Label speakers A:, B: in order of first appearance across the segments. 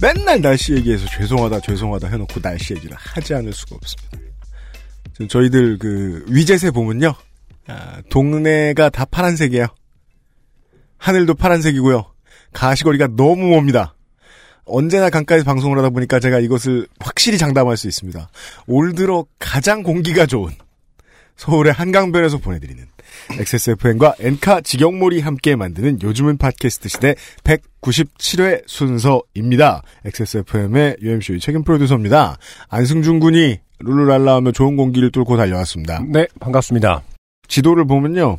A: 맨날 날씨 얘기해서 죄송하다 죄송하다 해놓고 날씨 얘기를 하지 않을 수가 없습니다. 지금 저희들 그 위젯에 보면요, 아, 동네가 다 파란색이에요. 하늘도 파란색이고요. 가시거리가 너무 멉니다. 언제나 강가에서 방송을 하다 보니까 제가 이것을 확실히 장담할 수 있습니다. 올 들어 가장 공기가 좋은 서울의 한강변에서 보내드리는 XSFM과 엔카 직영몰이 함께 만드는 요즘은 팟캐스트 시대 197회 순서입니다. XSFM의 UMC의 책임 프로듀서입니다. 안승준 군이 룰루랄라 하며 좋은 공기를 뚫고 달려왔습니다.
B: 네, 반갑습니다.
A: 지도를 보면요.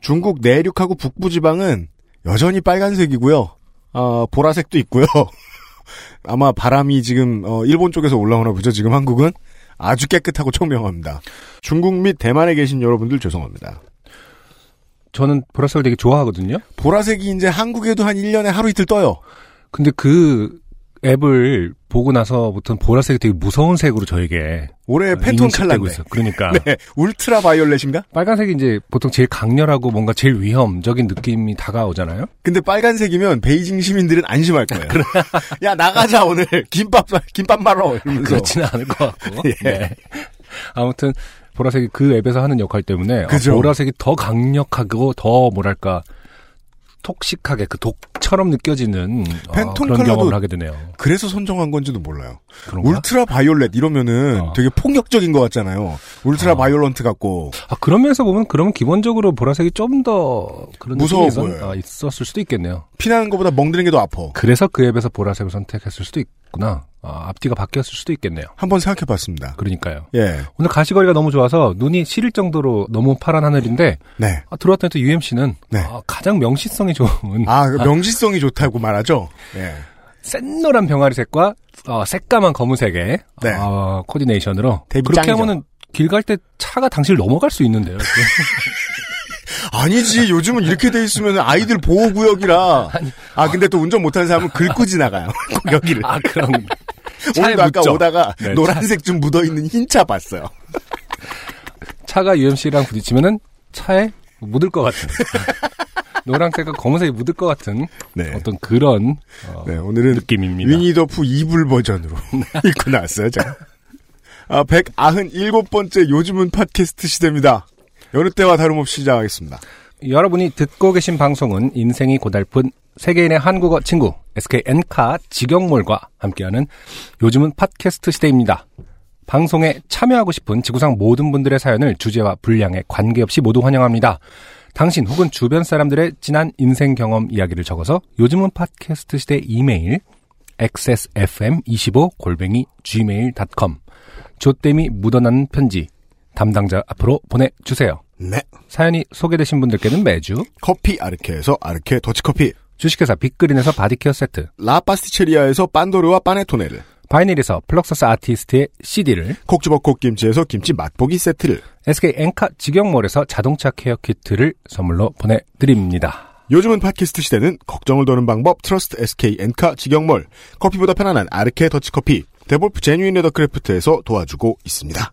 A: 중국 내륙하고 북부 지방은 여전히 빨간색이고요. 어, 보라색도 있고요. 아마 바람이 지금 어, 일본 쪽에서 올라오나 보죠. 지금 한국은 아주 깨끗하고 청명합니다. 중국 및 대만에 계신 여러분들 죄송합니다.
B: 저는 보라색을 되게 좋아하거든요.
A: 보라색이 이제 한국에도 한 1년에 하루 이틀 떠요.
B: 근데 그 앱을 보고 나서부터는 보라색이 되게 무서운 색으로 저에게
A: 올해 팬톤
B: 아, 인식되고
A: 네, 칼라인데.
B: 있어요. 그러니까
A: 네, 울트라 바이올렛인가?
B: 빨간색이 이제 보통 제일 강렬하고 뭔가 제일 위험적인 느낌이 다가오잖아요.
A: 근데 빨간색이면 베이징 시민들은 안심할 거예요. 야 나가자 오늘 김밥 사- 김밥 말어 이러면서.
B: 아, 그렇지는 않을 것 같고.
A: 예.
B: 네. 아무튼 보라색이 그 앱에서 하는 역할 때문에 아,
A: 그죠.
B: 보라색이 더 강력하고 더 뭐랄까 톡식하게 그 독처럼 느껴지는 아,
A: 팬톤
B: 그런
A: 컬러도
B: 경험을 하게 되네요.
A: 그래서 선정한 건지도 몰라요.
B: 그런가?
A: 울트라 바이올렛 이러면은
B: 어.
A: 되게 폭력적인 것 같잖아요. 울트라
B: 어.
A: 바이올런트 같고
B: 아, 그런 면에서 보면 그러면 기본적으로 보라색이 좀 더 그런
A: 무서워
B: 느낌에선,
A: 보여요.
B: 아, 있었을 수도 있겠네요.
A: 피나는 것보다 멍드는 게 더 아파.
B: 그래서 그 앱에서 보라색을 선택했을 수도 있구나. 아, 앞뒤가 바뀌었을 수도 있겠네요.
A: 한번 생각해봤습니다.
B: 그러니까요.
A: 예,
B: 오늘 가시거리가 너무 좋아서 눈이 시릴 정도로 너무 파란 하늘인데
A: 네.
B: 아, 들어왔더니 또 UMC는 아,
A: 네.
B: 가장 명시성이 좋은
A: 아, 그 명시성이 좋다고 말하죠. 예.
B: 센 노란 병아리색과 어, 새까만 검은색의
A: 네.
B: 어, 코디네이션으로
A: 데뷔
B: 그렇게
A: 짱이죠.
B: 하면은 길 갈 때 차가 당신을 넘어갈 수 있는데요.
A: 아니지, 요즘은 이렇게 돼 있으면 아이들 보호구역이라. 아, 근데 또 운전 못하는 사람은 긁고 지나가요. 여기를.
B: 아 그런 차에
A: 오늘도 아까
B: 묻죠.
A: 오다가
B: 네,
A: 노란색 좀 묻어있는 흰 차 봤어요.
B: 차가 UMC랑 부딪히면은 차에 묻을 것 같은 노란색과 검은색이 묻을 것 같은
A: 네.
B: 어떤 그런 어,
A: 네, 오늘은
B: 느낌입니다.
A: 위니더프 이불 버전으로 읽고 나왔어요, 제가. 아, 197번째 요즘은 팟캐스트 시대입니다. 여느 때와 다름없이 시작하겠습니다.
B: 여러분이 듣고 계신 방송은 인생이 고달픈 세계인의 한국어 친구 SK 엔카 직영몰과 함께하는 요즘은 팟캐스트 시대입니다. 방송에 참여하고 싶은 지구상 모든 분들의 사연을 주제와 분량에 관계없이 모두 환영합니다. 당신 혹은 주변 사람들의 지난 인생 경험 이야기를 적어서 요즘은 팟캐스트 시대 이메일 xsfm25 골뱅이 gmail.com 조땜이 묻어나는 편지 담당자 앞으로 보내주세요.
A: 네.
B: 사연이 소개되신 분들께는 매주
A: 커피 아르케에서 아르케 더치커피,
B: 주식회사 빅그린에서 바디케어 세트,
A: 라파스티체리아에서 빤도르와 빠네토네를,
B: 바이닐에서 플럭서스 아티스트의 CD를,
A: 콕주버콕 김치에서 김치 맛보기 세트를,
B: SK 엔카 직영몰에서 자동차 케어 키트를 선물로 보내드립니다.
A: 요즘은 팟캐스트 시대는 걱정을 더는 방법 트러스트 SK 엔카 직영몰 커피보다 편안한 아르케 더치커피 데볼프 제뉴인 레더크래프트에서 도와주고 있습니다.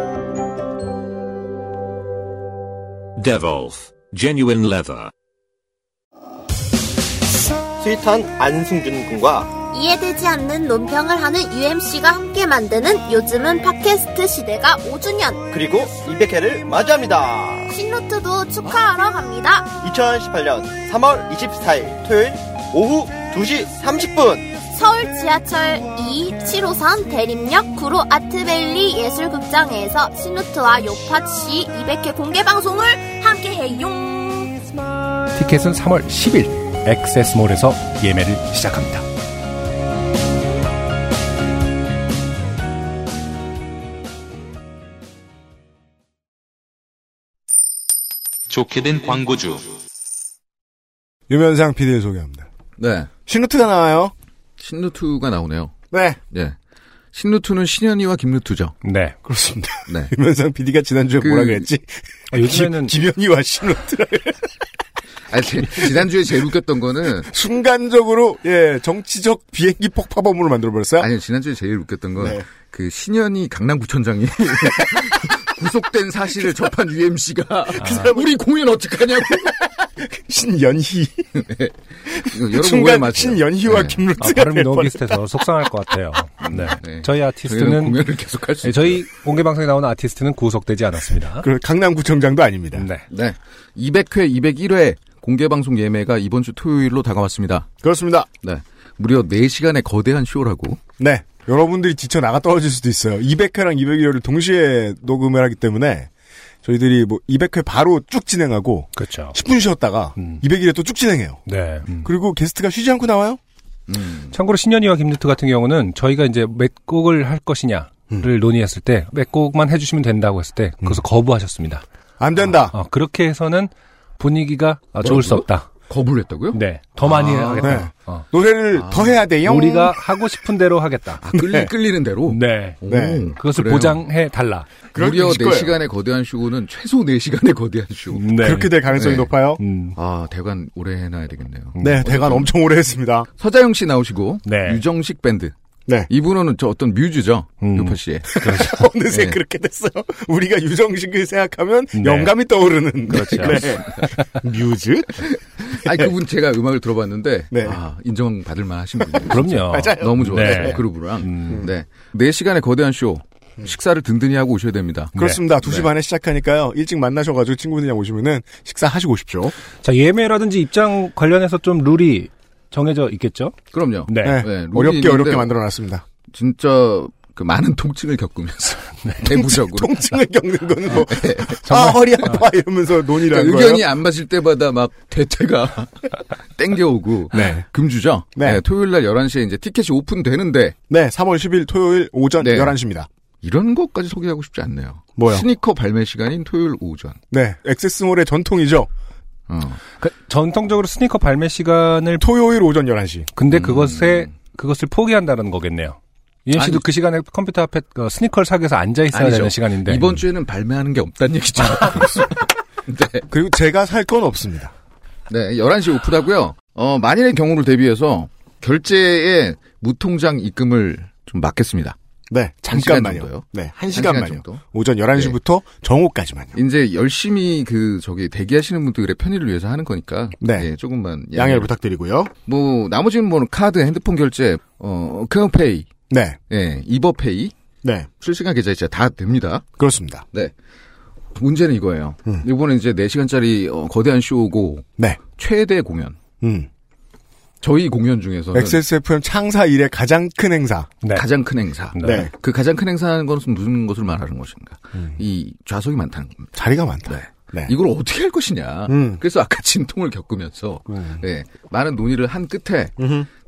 C: Devolf, genuine leather.
D: 스윗한 안승준 군과
E: 이해되지 않는 논평을 하는 UMC가 함께 만드는 요즘은 팟캐스트 시대가 5주년
D: 그리고 200회를 맞이합니다.
E: 신노트도 축하하러 갑니다.
D: 2018년 3월 24일 토요일 오후 2시 30분
E: 서울 지하철 2 7호선 대림역 구로 아트밸리 예술극장에서 신우트와 요파씨 200회 공개 방송을 함께해요.
B: 티켓은 3월 10일 액세스몰에서 예매를 시작합니다.
C: 좋게 된 광고주.
A: 유면상 PD를 소개합니다.
F: 네.
A: 신루트가 나와요.
F: 신루투가 나오네요.
A: 네,
F: 예. 신루투는 신현이와 김루투죠.
B: 네.
A: 그렇습니다.
F: 네.
A: 유면상 PD가 지난주에
F: 그- 아.
A: 뭐라 그랬지?
B: 아, 요즘에는
A: 김, 김현희와 신루트.
F: 아니, 지- 지난주에 제일 웃겼던 거는,
A: 순간적으로, 예, 정치적 비행기 폭파범으로 만들어버렸어요.
F: 아니, 지난주에 제일 웃겼던 건,
A: 네.
F: 그 신현이 강남구청장이 구속된 사실을 접한 UMC가, 그 우리 공연 어떡하냐고.
A: 신연희.
F: 여러분 오해
A: 순간
F: 마세요.
A: 신연희와
F: 네.
B: 아,
A: 김루트가
B: 발음이 너무
A: 돼버렸-
B: 비슷해서 속상할 것 같아요. 네.
F: 네.
B: 저희
F: 저희는
B: 아티스트는
F: 공연을 계속할 수
B: 네, 저희 공개 방송에 나온 아티스트는 구속되지 않았습니다.
A: 그 강남구청장도 아닙니다.
B: 네.
F: 네. 200회, 201회 공개방송 예매가 이번 주 토요일로 다가왔습니다.
A: 그렇습니다.
F: 네. 무려 4시간의 거대한 쇼라고.
A: 네. 여러분들이 지쳐 나가 떨어질 수도 있어요. 200회랑 201회를 동시에 녹음을 하기 때문에 저희들이 뭐 200회 바로 쭉 진행하고
B: 그렇죠.
A: 10분 쉬었다가
B: 음.
A: 201회 또 쭉 진행해요.
B: 네. 음.
A: 그리고 게스트가 쉬지 않고 나와요?
B: 참고로 신현이와 김유트 같은 경우는 저희가 이제 몇 곡을 할 것이냐를 논의했을 때 몇 곡만 해주시면 된다고 했을 때 그것을 거부하셨습니다.
A: 안 된다.
B: 아, 그렇게 해서는 분위기가 아, 좋을 수 없다.
F: 거부를 했다고요?
B: 네. 더 많이 하겠다.
A: 네.
B: 어.
A: 노래를 더 해야 돼요.
B: 우리가 하고 싶은 대로 하겠다.
F: 아, 끌리,
A: 네.
F: 끌리는 대로?
B: 네.
F: 오,
A: 네.
B: 그것을
F: 그래요.
B: 보장해 달라.
A: 그럴
F: 무려
A: 수 있을 거예요. 음.
F: 4시간의 거대한 쇼는 최소 4시간의 거대한 쇼.
B: 네.
A: 그렇게 될 가능성이
F: 네.
A: 높아요.
B: 음.
F: 아, 대관 오래 해놔야 되겠네요.
A: 네, 대관 엄청 오래 했습니다.
F: 서자영 씨 나오시고,
B: 네.
F: 유정식 밴드.
A: 네.
F: 이분은 저 어떤 뮤즈죠?
B: 음.
F: 유파 씨의.
A: 어느새
F: 네.
A: 그렇게 됐어요. 우리가 유정식을 생각하면
B: 네.
A: 영감이 떠오르는.
B: 그렇죠.
A: 네. 뮤즈?
F: 네. 아니, 그분 제가 음악을 들어봤는데,
A: 네.
F: 아, 인정받을 만하신 분이에요.
B: 그럼요.
F: 너무 좋아요.
B: 네.
F: 그룹이랑.
B: 음.
F: 네. 4시간의 거대한 쇼. 식사를 든든히 하고 오셔야 됩니다.
A: 그렇습니다. 2시
F: 네.
A: 반에 시작하니까요. 일찍 만나셔가지고 친구들이랑 오시면은 식사하시고 오십시오.
B: 자, 예매라든지 입장 관련해서 좀 룰이 정해져 있겠죠?
F: 그럼요.
B: 네.
A: 네.
F: 네, 룰이
A: 어렵게
F: 있는데
A: 어렵게 만들어놨습니다.
F: 진짜 그 많은 통증을 겪으면서
A: 네.
F: 내부적으로
A: 통증을 겪는 거는 뭐, 아, 허리 아파 이러면서 논의를 한
F: 네. 그러니까
A: 거예요.
F: 의견이 안 맞을 때마다 막 대퇴가 땡겨오고
A: 네.
F: 금주죠.
A: 네.
F: 토요일 날 11시에 이제 티켓이 오픈되는데
A: 네, 3월 10일 토요일 오전
F: 네.
A: 11시입니다.
F: 이런 것까지 소개하고 싶지 않네요.
A: 뭐요?
F: 스니커 발매 시간인 토요일 오전.
A: 네, 액세스몰의 전통이죠.
F: 어.
B: 그, 전통적으로 스니커 발매 시간을
A: 토요일 오전 11시.
B: 근데
F: 음.
B: 그것에 그것을 포기한다는 거겠네요. 이현 씨도
F: 아니.
B: 그 시간에 컴퓨터 앞에 어, 스니커를 사기 위해서 앉아 있어야
F: 아니죠.
B: 되는
A: 네.
B: 시간인데
F: 이번 주에는 발매하는 게 없다는 얘기죠. 네.
A: 그리고 제가 살 건 없습니다.
F: 네, 11시 오프다고요. 어, 만일의 경우를 대비해서 결제에 무통장 입금을 좀 막겠습니다.
A: 네,
F: 한 시간
A: 잠깐만요.
F: 정도요?
A: 네,
F: 한
A: 한
F: 시간
A: 시간만요.
F: 정도? 네.
A: 오전 11시부터 정오까지만요.
F: 이제 열심히 그 저기 대기하시는 분들의 편의를 위해서 하는 거니까
A: 네.
F: 예, 조금만
A: 양해를 부탁드리고요.
F: 뭐 나머지는 뭐 카드, 핸드폰 결제, 어, 크레온페이,
A: 네,
F: 예, 이버페이,
A: 네,
F: 실시간 계좌 이체 다 됩니다.
A: 그렇습니다.
F: 네. 문제는 이거예요. 이번에 이제 4시간짜리 어, 거대한 쇼고
A: 네,
F: 최대 공연.
A: 음.
F: 저희 공연 중에서는
A: XSFM 창사 이래 가장 큰 행사.
B: 네.
F: 가장 큰 행사.
B: 네.
A: 네.
F: 그 가장 큰 행사는 것은 무슨 것을 말하는 것인가? 이 좌석이 많다는 겁니다.
A: 자리가 많다.
F: 네.
A: 네.
F: 이걸 어떻게 할 것이냐.
A: 음.
F: 그래서 아까 진통을 겪으면서 예, 많은 논의를 한 끝에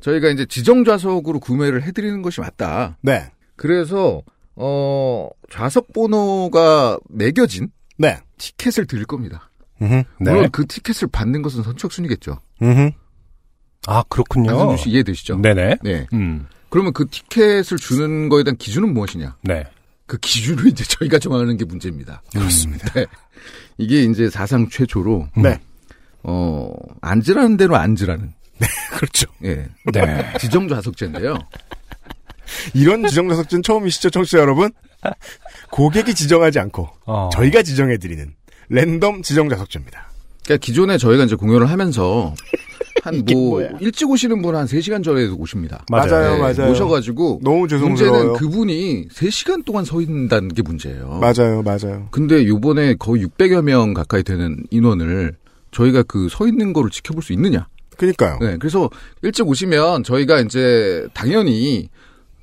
F: 저희가 이제 지정 좌석으로 구매를 해드리는 것이 맞다.
A: 네.
F: 그래서 어, 좌석 번호가 매겨진
A: 네.
F: 티켓을 드릴 겁니다.
A: 음흠.
B: 네.
F: 물론 그 티켓을 받는 것은 선착순이겠죠.
A: 음흠.
B: 아 그렇군요.
F: 안승준 씨 이해되시죠?
B: 네네.
F: 네.
B: 음,
F: 그러면 그 티켓을 주는 거에 대한 기준은 무엇이냐?
B: 네.
F: 그 기준을 이제 저희가 정하는 게 문제입니다.
A: 그렇습니다.
F: 네. 이게 이제 사상 최초로
B: 음.
A: 네.
F: 어, 앉으라는 대로 앉으라는
A: 그렇죠.
F: 예.
B: 네.
F: 지정 좌석제인데요.
A: 이런 지정자석진 처음이시죠, 청취자 여러분? 고객이 지정하지 않고
B: 어.
A: 저희가 지정해드리는 랜덤 지정자석제입니다.
F: 그러니까 기존에 저희가 이제 공연을 하면서
A: 이게
F: 한 뭐
A: 뭐야?
F: 일찍 오시는 분 한 3시간 전에 오십니다.
B: 맞아요.
A: 맞아요, 맞아요.
F: 오셔가지고
A: 너무 죄송스러워요.
F: 문제는 그분이 3시간 동안 서 있다는 게 문제예요.
A: 맞아요, 맞아요.
F: 근데 요번에 거의 600여 명 가까이 되는 인원을 저희가 그 서 있는 거를 지켜볼 수 있느냐?
A: 그니까요.
F: 네, 그래서 일찍 오시면 저희가 이제 당연히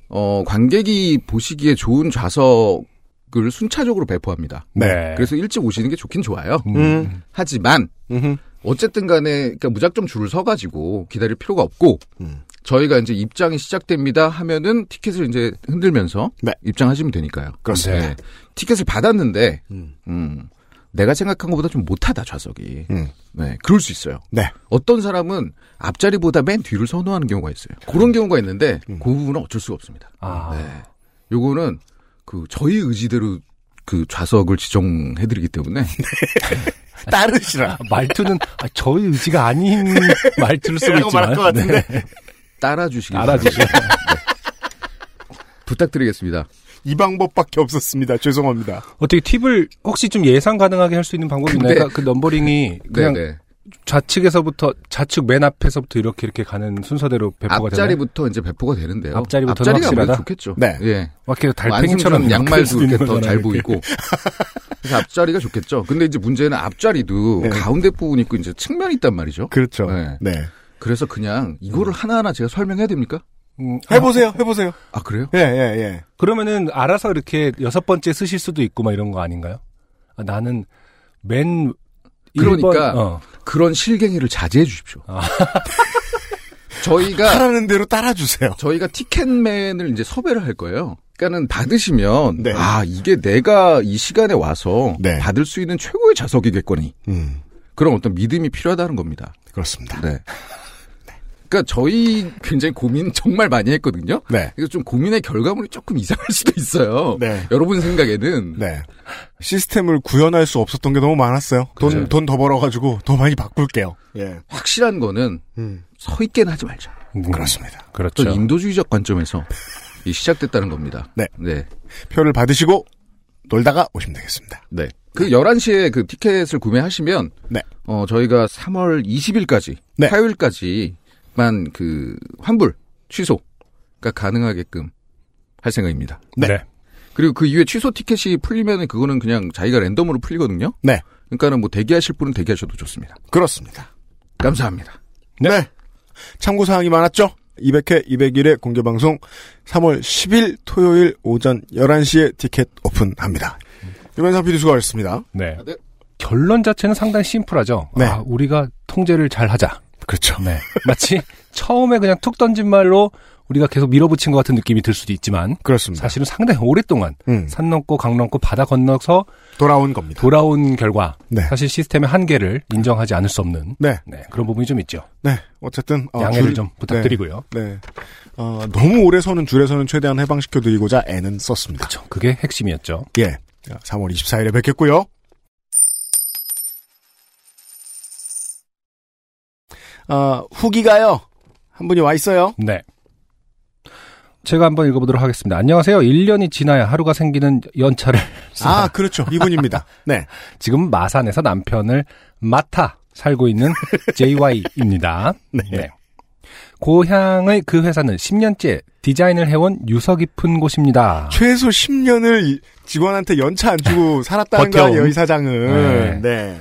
F: 어 관객이 보시기에 좋은 좌석을 순차적으로 배포합니다.
A: 네.
F: 그래서 일찍 오시는 게 좋긴 좋아요.
A: 음.
F: 하지만
A: 음흠.
F: 어쨌든 간에 그러니까 무작정 줄을 서가지고 기다릴 필요가 없고
A: 음.
F: 저희가 이제 입장이 시작됩니다 하면은 티켓을 이제 흔들면서
A: 네.
F: 입장하시면 되니까요.
A: 그렇습니다.
F: 네. 티켓을 받았는데
A: 음.
F: 음, 내가 생각한 것보다 좀 못하다 좌석이.
A: 음.
F: 네, 그럴 수 있어요.
A: 네.
F: 어떤 사람은 앞자리보다 맨 뒤를 선호하는 경우가 있어요.
A: 음.
F: 그런 경우가 있는데 그 부분은 어쩔 수가 없습니다.
B: 아,
F: 네. 요거는 그 저희 의지대로 그 좌석을 지정해드리기 때문에
A: 네. 따르시라.
B: 말투는 아, 저의 의지가 아닌 말투를 쓰고
A: 라고
B: 있지만
A: 말할
B: 네.
A: 것 같은데.
F: 따라주시길
B: 알아주세요.
F: 바랍니다. 부탁드리겠습니다.
A: 이 방법밖에 없었습니다. 죄송합니다.
B: 어떻게 팁을 혹시 좀 예상 가능하게 할 수 있는 방법이 있나요?
F: 근데-
B: 그러니까 그 넘버링이 그냥
F: 네네.
B: 좌측에서부터 좌측 맨 앞에서부터 이렇게 이렇게 가는 순서대로 배포가 되나요?
F: 앞자리부터 뭐 이제 배포가 되는데요.
B: 앞자리부터는
F: 앞자리가 아무래도
B: 확실하다?
F: 좋겠죠.
A: 네.
F: 예.
B: 막 이렇게 달팽이처럼
F: 완승처럼 양말도
B: 이렇게
F: 이렇게
B: 있는
F: 더
B: 거잖아요,
F: 잘
B: 이렇게.
F: 보이고. 그래서 앞자리가 좋겠죠. 근데 이제 문제는 앞자리도
A: 네.
F: 가운데 부분 있고 이제 측면이 있단 말이죠.
A: 그렇죠.
F: 네.
A: 네.
F: 그래서 그냥 이거를 하나하나 제가 설명해야 됩니까?
B: 음, 아,
A: 해보세요. 해보세요.
F: 아 그래요?
A: 예, 예, 예.
B: 그러면은 알아서 이렇게 여섯 번째 쓰실 수도 있고 막 이런 거 아닌가요? 아, 나는 맨
F: 그러니까
B: 1번, 어.
F: 그런 실갱이를 자제해 주십시오.
B: 아.
F: 저희가
A: 하라는 대로 따라주세요.
F: 저희가 티켓맨을 이제 섭외를 할 거예요. 그러니까는 받으시면
A: 네.
F: 아 이게 내가 이 시간에 와서
A: 네.
F: 받을 수 있는 최고의 좌석이겠거니
A: 음.
F: 그런 어떤 믿음이 필요하다는 겁니다.
A: 그렇습니다.
F: 네. 그러니까 저희 굉장히 고민 정말 많이 했거든요.
A: 네.
F: 그래서 좀 고민의 결과물이 조금 이상할 수도 있어요.
A: 네.
F: 여러분 생각에는
A: 네. 시스템을 구현할 수 없었던 게 너무 많았어요. 돈,
F: 그죠.
A: 돈 더 벌어가지고 더 많이 바꿀게요. 예.
F: 확실한 거는
A: 음.
F: 서 있게는 하지 말자.
B: 음,
A: 그렇습니다.
F: 또
B: 그렇죠.
F: 인도주의적 관점에서 이 시작됐다는 겁니다.
A: 네.
F: 네.
A: 표를 받으시고 놀다가 오시면 되겠습니다.
F: 네. 그 11시에 그 티켓을 구매하시면
A: 네.
F: 어 저희가 3월 20일까지
A: 네.
F: 화요일까지만 그 환불 취소가 가능하게끔 할 생각입니다.
B: 네.
F: 그리고 그 이후에 취소 티켓이 풀리면은 그거는 그냥 자기가 랜덤으로 풀리거든요.
A: 네.
F: 그러니까는 뭐 대기하실 분은 대기하셔도 좋습니다.
A: 그렇습니다.
F: 감사합니다.
A: 네. 참고 사항이 많았죠? 200회, 201회 공개방송 3월 10일 토요일 오전 11시에 티켓 오픈합니다. 유면상 PD 수고하셨습니다.
B: 네.
F: 네.
B: 결론 자체는 상당히 심플하죠.
A: 네.
B: 아, 우리가 통제를 잘 하자.
A: 그렇죠.
B: 네. 마치 처음에 그냥 툭 던진 말로 우리가 계속 밀어붙인 것 같은 느낌이 들 수도 있지만
A: 그렇습니다.
B: 사실은 상당히 오랫동안
A: 음.
B: 산 넘고 강 넘고 바다 건너서
A: 돌아온 겁니다.
B: 돌아온 결과
A: 네.
B: 사실 시스템의 한계를 인정하지 않을 수 없는
A: 네.
B: 네, 그런 부분이 좀 있죠.
A: 네. 어쨌든 어,
B: 양해를
A: 줄-
B: 좀 부탁드리고요.
A: 네. 네. 어, 너무 오래 서는 줄에서는 최대한 해방시켜 드리고자 애는 썼습니다.
B: 그렇죠. 그게 핵심이었죠.
A: 예. 3월 24일에 뵙겠고요. 아, 후기가요. 한 분이 와 있어요.
B: 네. 제가 한번 읽어보도록 하겠습니다. 안녕하세요. 1년이 지나야 하루가 생기는 연차를
A: 아,
B: 아.
A: 그렇죠. 이분입니다. 네.
B: 지금 마산에서 남편을 맡아 살고 있는 JY입니다.
A: 네.
B: 고향의 그 회사는 10년째 디자인을 해온 유서 깊은 곳입니다.
A: 최소 10년을 직원한테 연차 안 주고 살았다는 거
B: 버텨온.
A: 아니에요, 이 사장은.
B: 네.
A: 네.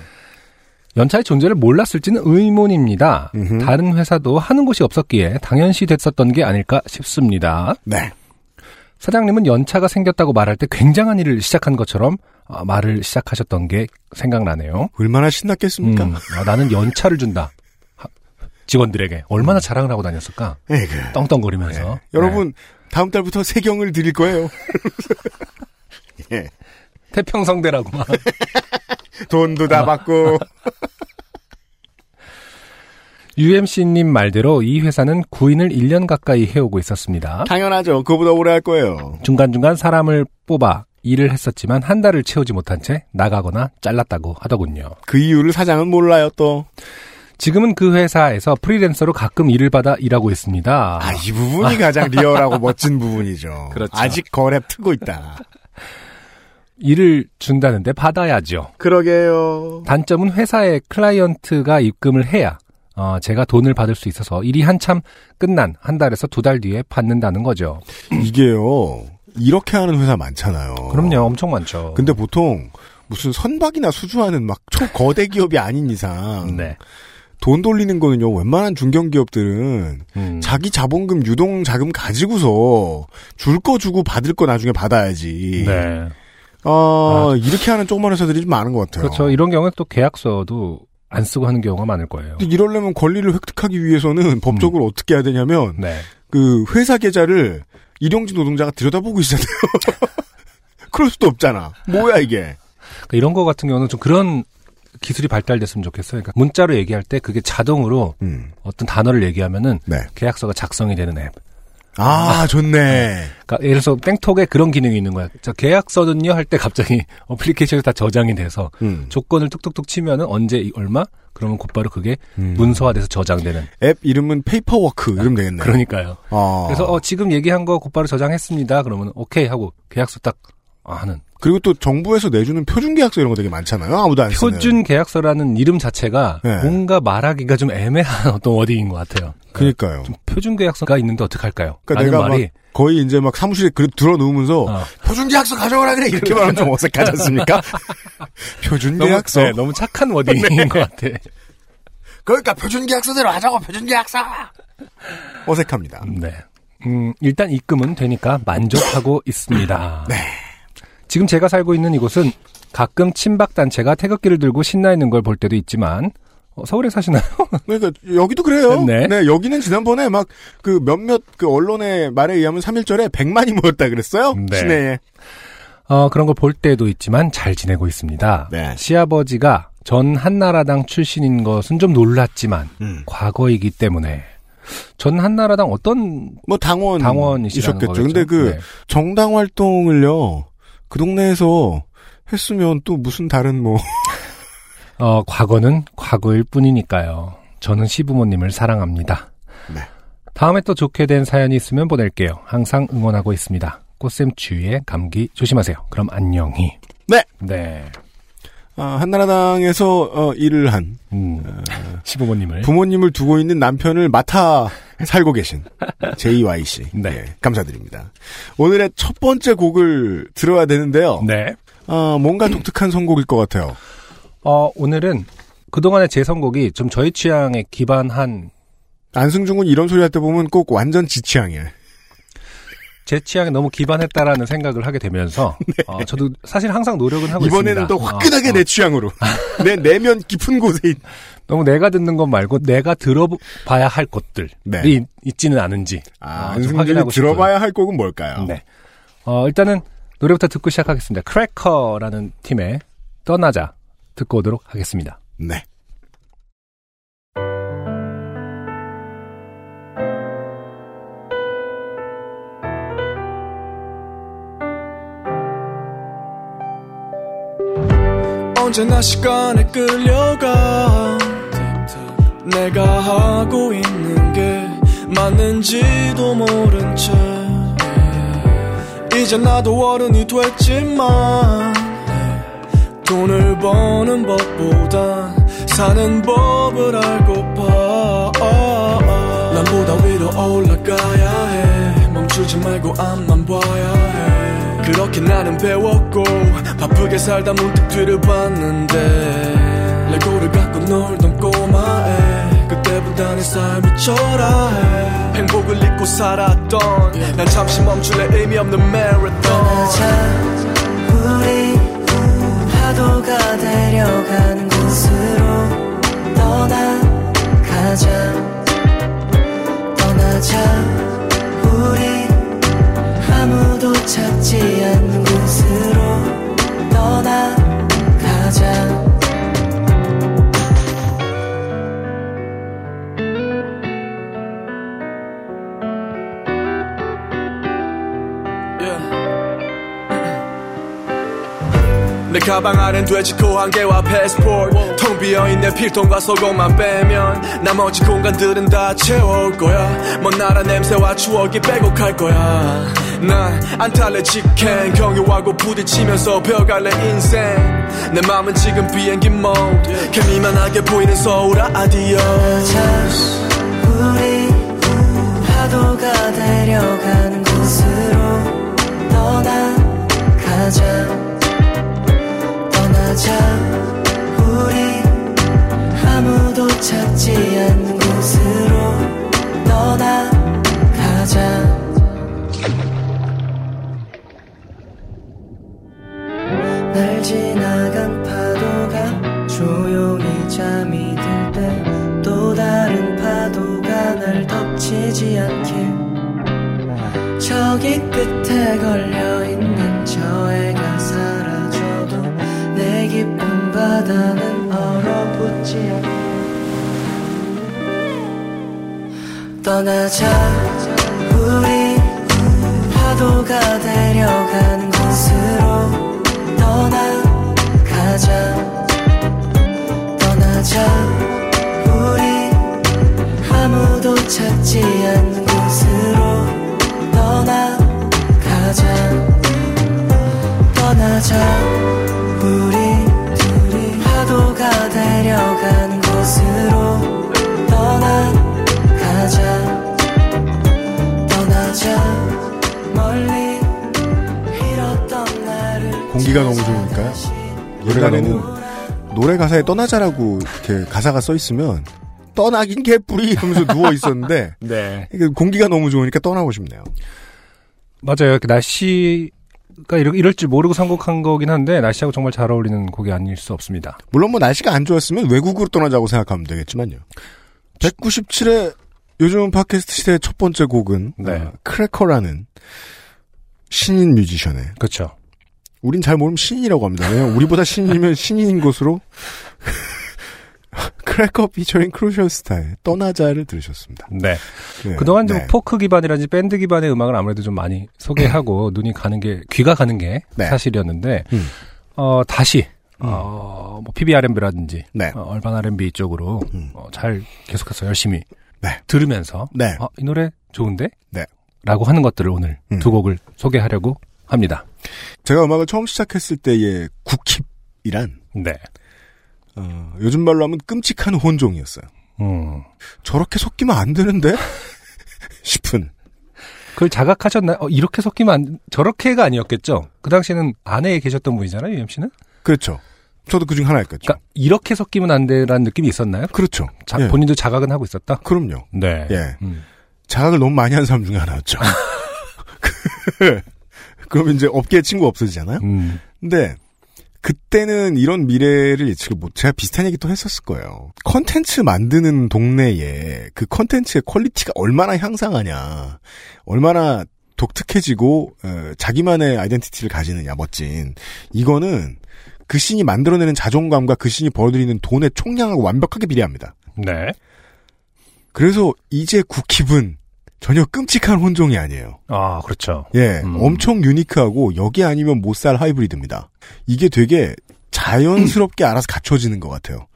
B: 연차의 존재를 몰랐을지는 의문입니다.
A: 음흠.
B: 다른 회사도 하는 곳이 없었기에 당연시 됐었던 게 아닐까 싶습니다.
A: 네.
B: 사장님은 연차가 생겼다고 말할 때 굉장한 일을 시작한 것처럼 아, 말을 시작하셨던 게 생각나네요.
A: 얼마나 신났겠습니까?
B: 음, 아, 나는 연차를 준다. 하- 직원들에게 얼마나 자랑을 하고 다녔을까?
A: 네, 에이그.
B: 떵떵거리면서. 네.
A: 음. 여러분, 다음 달부터 세경을 드릴 거예요. 예.
B: 태평성대라고 막.
A: 돈도 다 받고.
B: UMC님 말대로 이 회사는 구인을 1년 가까이 해오고 있었습니다.
A: 당연하죠. 그거보다 오래 할 거예요.
B: 중간중간 사람을 뽑아 일을 했었지만 한 달을 채우지 못한 채 나가거나 잘랐다고 하더군요.
A: 그 이유를 사장은 몰라요, 또.
B: 지금은 그 회사에서 프리랜서로 가끔 일을 받아 일하고 있습니다.
A: 아, 이 부분이 가장 리얼하고 멋진 부분이죠.
B: 그렇죠.
A: 아직 거래 트고 있다.
B: 일을 준다는데 받아야죠.
A: 그러게요.
B: 단점은 회사의 클라이언트가 입금을 해야 어, 제가 돈을 받을 수 있어서 일이 한참 끝난 한 달에서 두 달 뒤에 받는다는 거죠.
A: 이게요. 이렇게 하는 회사 많잖아요.
B: 그럼요, 엄청 많죠.
A: 근데 보통 무슨 선박이나 수주하는 막 초거대 기업이 아닌 이상
B: 네.
A: 돈 돌리는 거는요, 웬만한 중견기업들은
B: 음.
A: 자기 자본금, 유동 자금 가지고서 줄 거 주고 받을 거 나중에 받아야지.
B: 네. 아,
A: 어, 이렇게 하는 조그만 회사들이 좀 많은 것 같아요.
B: 그렇죠. 이런 경우에 또 계약서도 안 쓰고 하는 경우가 많을 거예요.
A: 근데 이러려면 권리를 획득하기 위해서는
B: 음.
A: 법적으로 어떻게 해야 되냐면,
B: 네.
A: 그 회사 계좌를 일용직 노동자가 들여다보고 있잖아요. 그럴 수도 없잖아. 뭐야 이게.
B: 그러니까 이런 거 같은 경우는 좀 그런 기술이 발달됐으면 좋겠어요. 그러니까 문자로 얘기할 때 그게 자동으로
A: 음.
B: 어떤 단어를 얘기하면은
A: 네.
B: 계약서가 작성이 되는 앱.
A: 아, 좋네.
B: 그러니까 예를 들어서 땡톡에 그런 기능이 있는 거야. 자, 계약서는요 할 때 갑자기 어플리케이션에서 다 저장이 돼서
A: 음.
B: 조건을 뚝뚝뚝 치면은 언제 이- 얼마? 그러면 곧바로 그게
A: 음.
B: 문서화돼서 저장되는.
A: 앱 이름은 페이퍼워크 이름 되겠네.
B: 그러니까요.
A: 아.
B: 그래서 어, 지금 얘기한 거 곧바로 저장했습니다. 그러면 오케이 하고 계약서 딱 아, 하는.
A: 그리고 또 정부에서 내주는 표준 계약서 이런 거 되게 많잖아요. 아무도 안 쓰는.
B: 표준 계약서라는 이름 자체가
A: 네.
B: 뭔가 말하기가 좀 애매한 어떤 워딩인 것 같아요.
A: 그러니까요.
B: 좀 표준 계약서가 있는데 어떡할까요?
A: 그러니까
B: 라는
A: 내가
B: 말이
A: 막 거의 이제 막 사무실에 그 들어 놓으면서
B: 어.
A: 표준 계약서 가져오라 그래 이렇게 말하면 좀 어색하지 않습니까? 표준
B: 너무,
A: 계약서.
B: 네, 너무 착한 워딩인 것 같아.
A: 그러니까 표준 계약서대로 하자고 표준 계약서. 어색합니다.
B: 네. 음, 일단 입금은 되니까 만족하고 있습니다. 네. 지금 제가 살고 있는 이곳은 가끔 친박단체가 태극기를 들고 신나 있는 걸 볼 때도 있지만, 어, 서울에 사시나요?
A: 그러니까 여기도 그래요.
B: 네.
A: 여기는 지난번에 막 그 몇몇 그 언론의 말에 의하면 3일절에 100만이 모였다 그랬어요.
B: 네.
A: 시내에.
B: 어, 그런 걸 볼 때도 있지만 잘 지내고 있습니다.
A: 네.
B: 시아버지가 전 한나라당 출신인 것은 좀 놀랐지만,
A: 음.
B: 과거이기 때문에, 전 한나라당 어떤
A: 뭐 당원
B: 당원이시라는
A: 이셨겠죠.
B: 거겠죠?
A: 근데 그
B: 네.
A: 정당 활동을요. 그 동네에서 했으면 또 무슨 다른 뭐
B: 어, 과거는 과거일 뿐이니까요. 저는 시부모님을 사랑합니다.
A: 네.
B: 다음에 또 좋게 된 사연이 있으면 보낼게요. 항상 응원하고 있습니다. 꽃샘 추위에 감기 조심하세요. 그럼 안녕히.
A: 네.
B: 네.
A: 아, 한나라당에서 어, 일을 한
B: 음. 시부모님을.
A: 부모님을 두고 있는 남편을 맡아 살고 계신 JY 씨.
B: 네.
A: 예, 감사드립니다. 오늘의 첫 번째 곡을 들어야 되는데요.
B: 네.
A: 아, 뭔가 독특한 선곡일 것 같아요.
B: 어, 오늘은 그동안의 제 선곡이 좀 저희 취향에 기반한
A: 안승준은 이런 소리 할 때 보면 꼭 완전 지취향이에요.
B: 제 취향에 너무 기반했다라는 생각을 하게 되면서 어, 저도 사실 항상 노력은 하고 있습니다.
A: 네. 이번에는 더 화끈하게
B: 어, 어.
A: 내 취향으로. 내 내면 깊은 곳에 있...
B: 너무 내가 듣는 것 말고 내가 들어봐야 할 것들이
A: 네.
B: 있- 있지는 않은지
A: 아,
B: 어, 좀
A: 안승준이
B: 싶은.
A: 들어봐야 할 곡은 뭘까요?
B: 네. 어, 일단은 노래부터 듣고 시작하겠습니다. 크래커라는 팀의 떠나자 듣고 오도록 하겠습니다.
A: 네.
G: 언제나 시간에 끌려가 내가 하고 있는 게 맞는지도 모른 채 이제 나도 어른이 됐지만 돈을 버는 법보다 사는 법을 알고파 남보다 위로 올라가야 해 멈추지 말고 앞만 봐야 해 그렇게 나는 배웠고 바쁘게 살다 문득 뒤를 봤는데 레고를 갖고 놀던 꼬마애 그때보다 내 삶이 초라해 행복을 잊고 살았던 난 잠시 멈출래 의미 없는 마라톤
H: 우리 파도가 데려가는 곳으로 떠나가자 떠나자 우리 아무도 찾지 않는 곳으로 떠나가자
G: 내 가방 안엔 돼지코 한 개와 패스포트 텅 비어있는 내 필통과 소금만 빼면 나머지 공간들은 다 채워올 거야 먼 나라 냄새와 추억이 빼곡할 거야 난 안탈래 직행 경유하고 부딪히면서 배워갈래 인생 내 맘은 지금 비행기 모드 개미만하게 보이는 서울아 아디오스
H: 자, 우리 파도가 데려가는 곳으로 떠나가자 떠나자 우리 아무도 찾지 날 지나간 파도가 조용히 잠이 들 때 또 다른 파도가 날 덮치지 않길 저기 끝에 걸려있는 저 애가 사라져도 내 깊은 바다는 얼어붙지 않길 떠나자 우리 파도가 데려간 곳으로 떠나가자 떠나자 우리 아무도 찾지 않는 곳으로 떠나가자 떠나자 우리 둘이 파도가 데려간 곳으로 떠나가자 떠나자 멀리 잃었던 나를
A: 공기가 너무 좋으니까
B: 노래가
A: 옛날에는 노래 가사에 떠나자라고 이렇게 가사가 써 있으면 떠나긴 개뿔이 하면서 누워 있었는데
B: 네.
A: 이게 공기가 너무 좋으니까 떠나고 싶네요.
B: 맞아요. 이렇게 날씨가 이렇게 이럴 줄 모르고 선곡한 거긴 한데 날씨하고 정말 잘 어울리는 곡이 아닐 수 없습니다.
A: 물론 뭐 날씨가 안 좋았으면 외국으로 떠나자고 생각하면 되겠지만요. 197회 요즘은 팟캐스트 시대의 첫 번째 곡은
B: 네.
A: 아, 크래커라는 신인 뮤지션의
B: 그렇죠.
A: 우린 잘 모르면 신인이라고 합니다. 왜냐면 우리보다 신이면 신인 것으로 크래커 피처링 크루셜 스타의 떠나자를 들으셨습니다.
B: 네.
A: 네,
B: 그동안
A: 네.
B: 좀 포크 기반이라든지 밴드 기반의 음악을 아무래도 좀 많이 소개하고 눈이 가는 게 귀가 가는 게
A: 음. 네.
B: 사실이었는데
A: 음.
B: 어 다시 어뭐 PB R&B라든지
A: 네.
B: 어, 얼반 R&B 쪽으로
A: 음.
B: 어, 잘 계속해서 열심히
A: 네.
B: 들으면서
A: 네.
B: 어, 이 노래 좋은데?
A: 네.
B: 라고 하는 것들을 오늘
A: 음.
B: 두 곡을 소개하려고 합니다.
A: 제가 음악을 처음 시작했을 때의 국힙이란
B: 네.
A: 어, 요즘 말로 하면 끔찍한 혼종이었어요.
B: 음.
A: 저렇게 섞이면 안 되는데 싶은
B: 그걸 자각하셨나요? 어, 이렇게 섞이면 안, 저렇게가 아니었겠죠? 그 당시에는 아내에 계셨던 분이잖아요, UMC는?
A: 그렇죠. 저도 그중 하나였겠죠.
B: 그러니까 이렇게 섞이면 안 돼라는 느낌이 있었나요?
A: 그렇죠.
B: 자-
A: 예.
B: 본인도 자각은 하고 있었다?
A: 그럼요.
B: 네.
A: 예.
B: 음.
A: 자각을 너무 많이 한 사람 중에 하나였죠. 그- 그럼 이제 업계 친구 없어지잖아요.
B: 음.
A: 근데 그때는 이런 미래를 예측을 못 제가 비슷한 얘기 또 했었을 거예요. 컨텐츠 만드는 동네에 그 컨텐츠의 퀄리티가 얼마나 향상하냐, 얼마나 독특해지고 어, 자기만의 아이덴티티를 가지느냐 멋진 이거는 그 신이 만들어내는 자존감과 그 신이 벌어들이는 돈의 총량하고 완벽하게 비례합니다.
B: 네.
A: 그래서 이제 국힙은 전혀 끔찍한 혼종이 아니에요.
B: 아, 그렇죠.
A: 예,
B: 음.
A: 엄청 유니크하고 여기 아니면 못 살 하이브리드입니다. 이게 되게 자연스럽게 알아서 갖춰지는 것 같아요.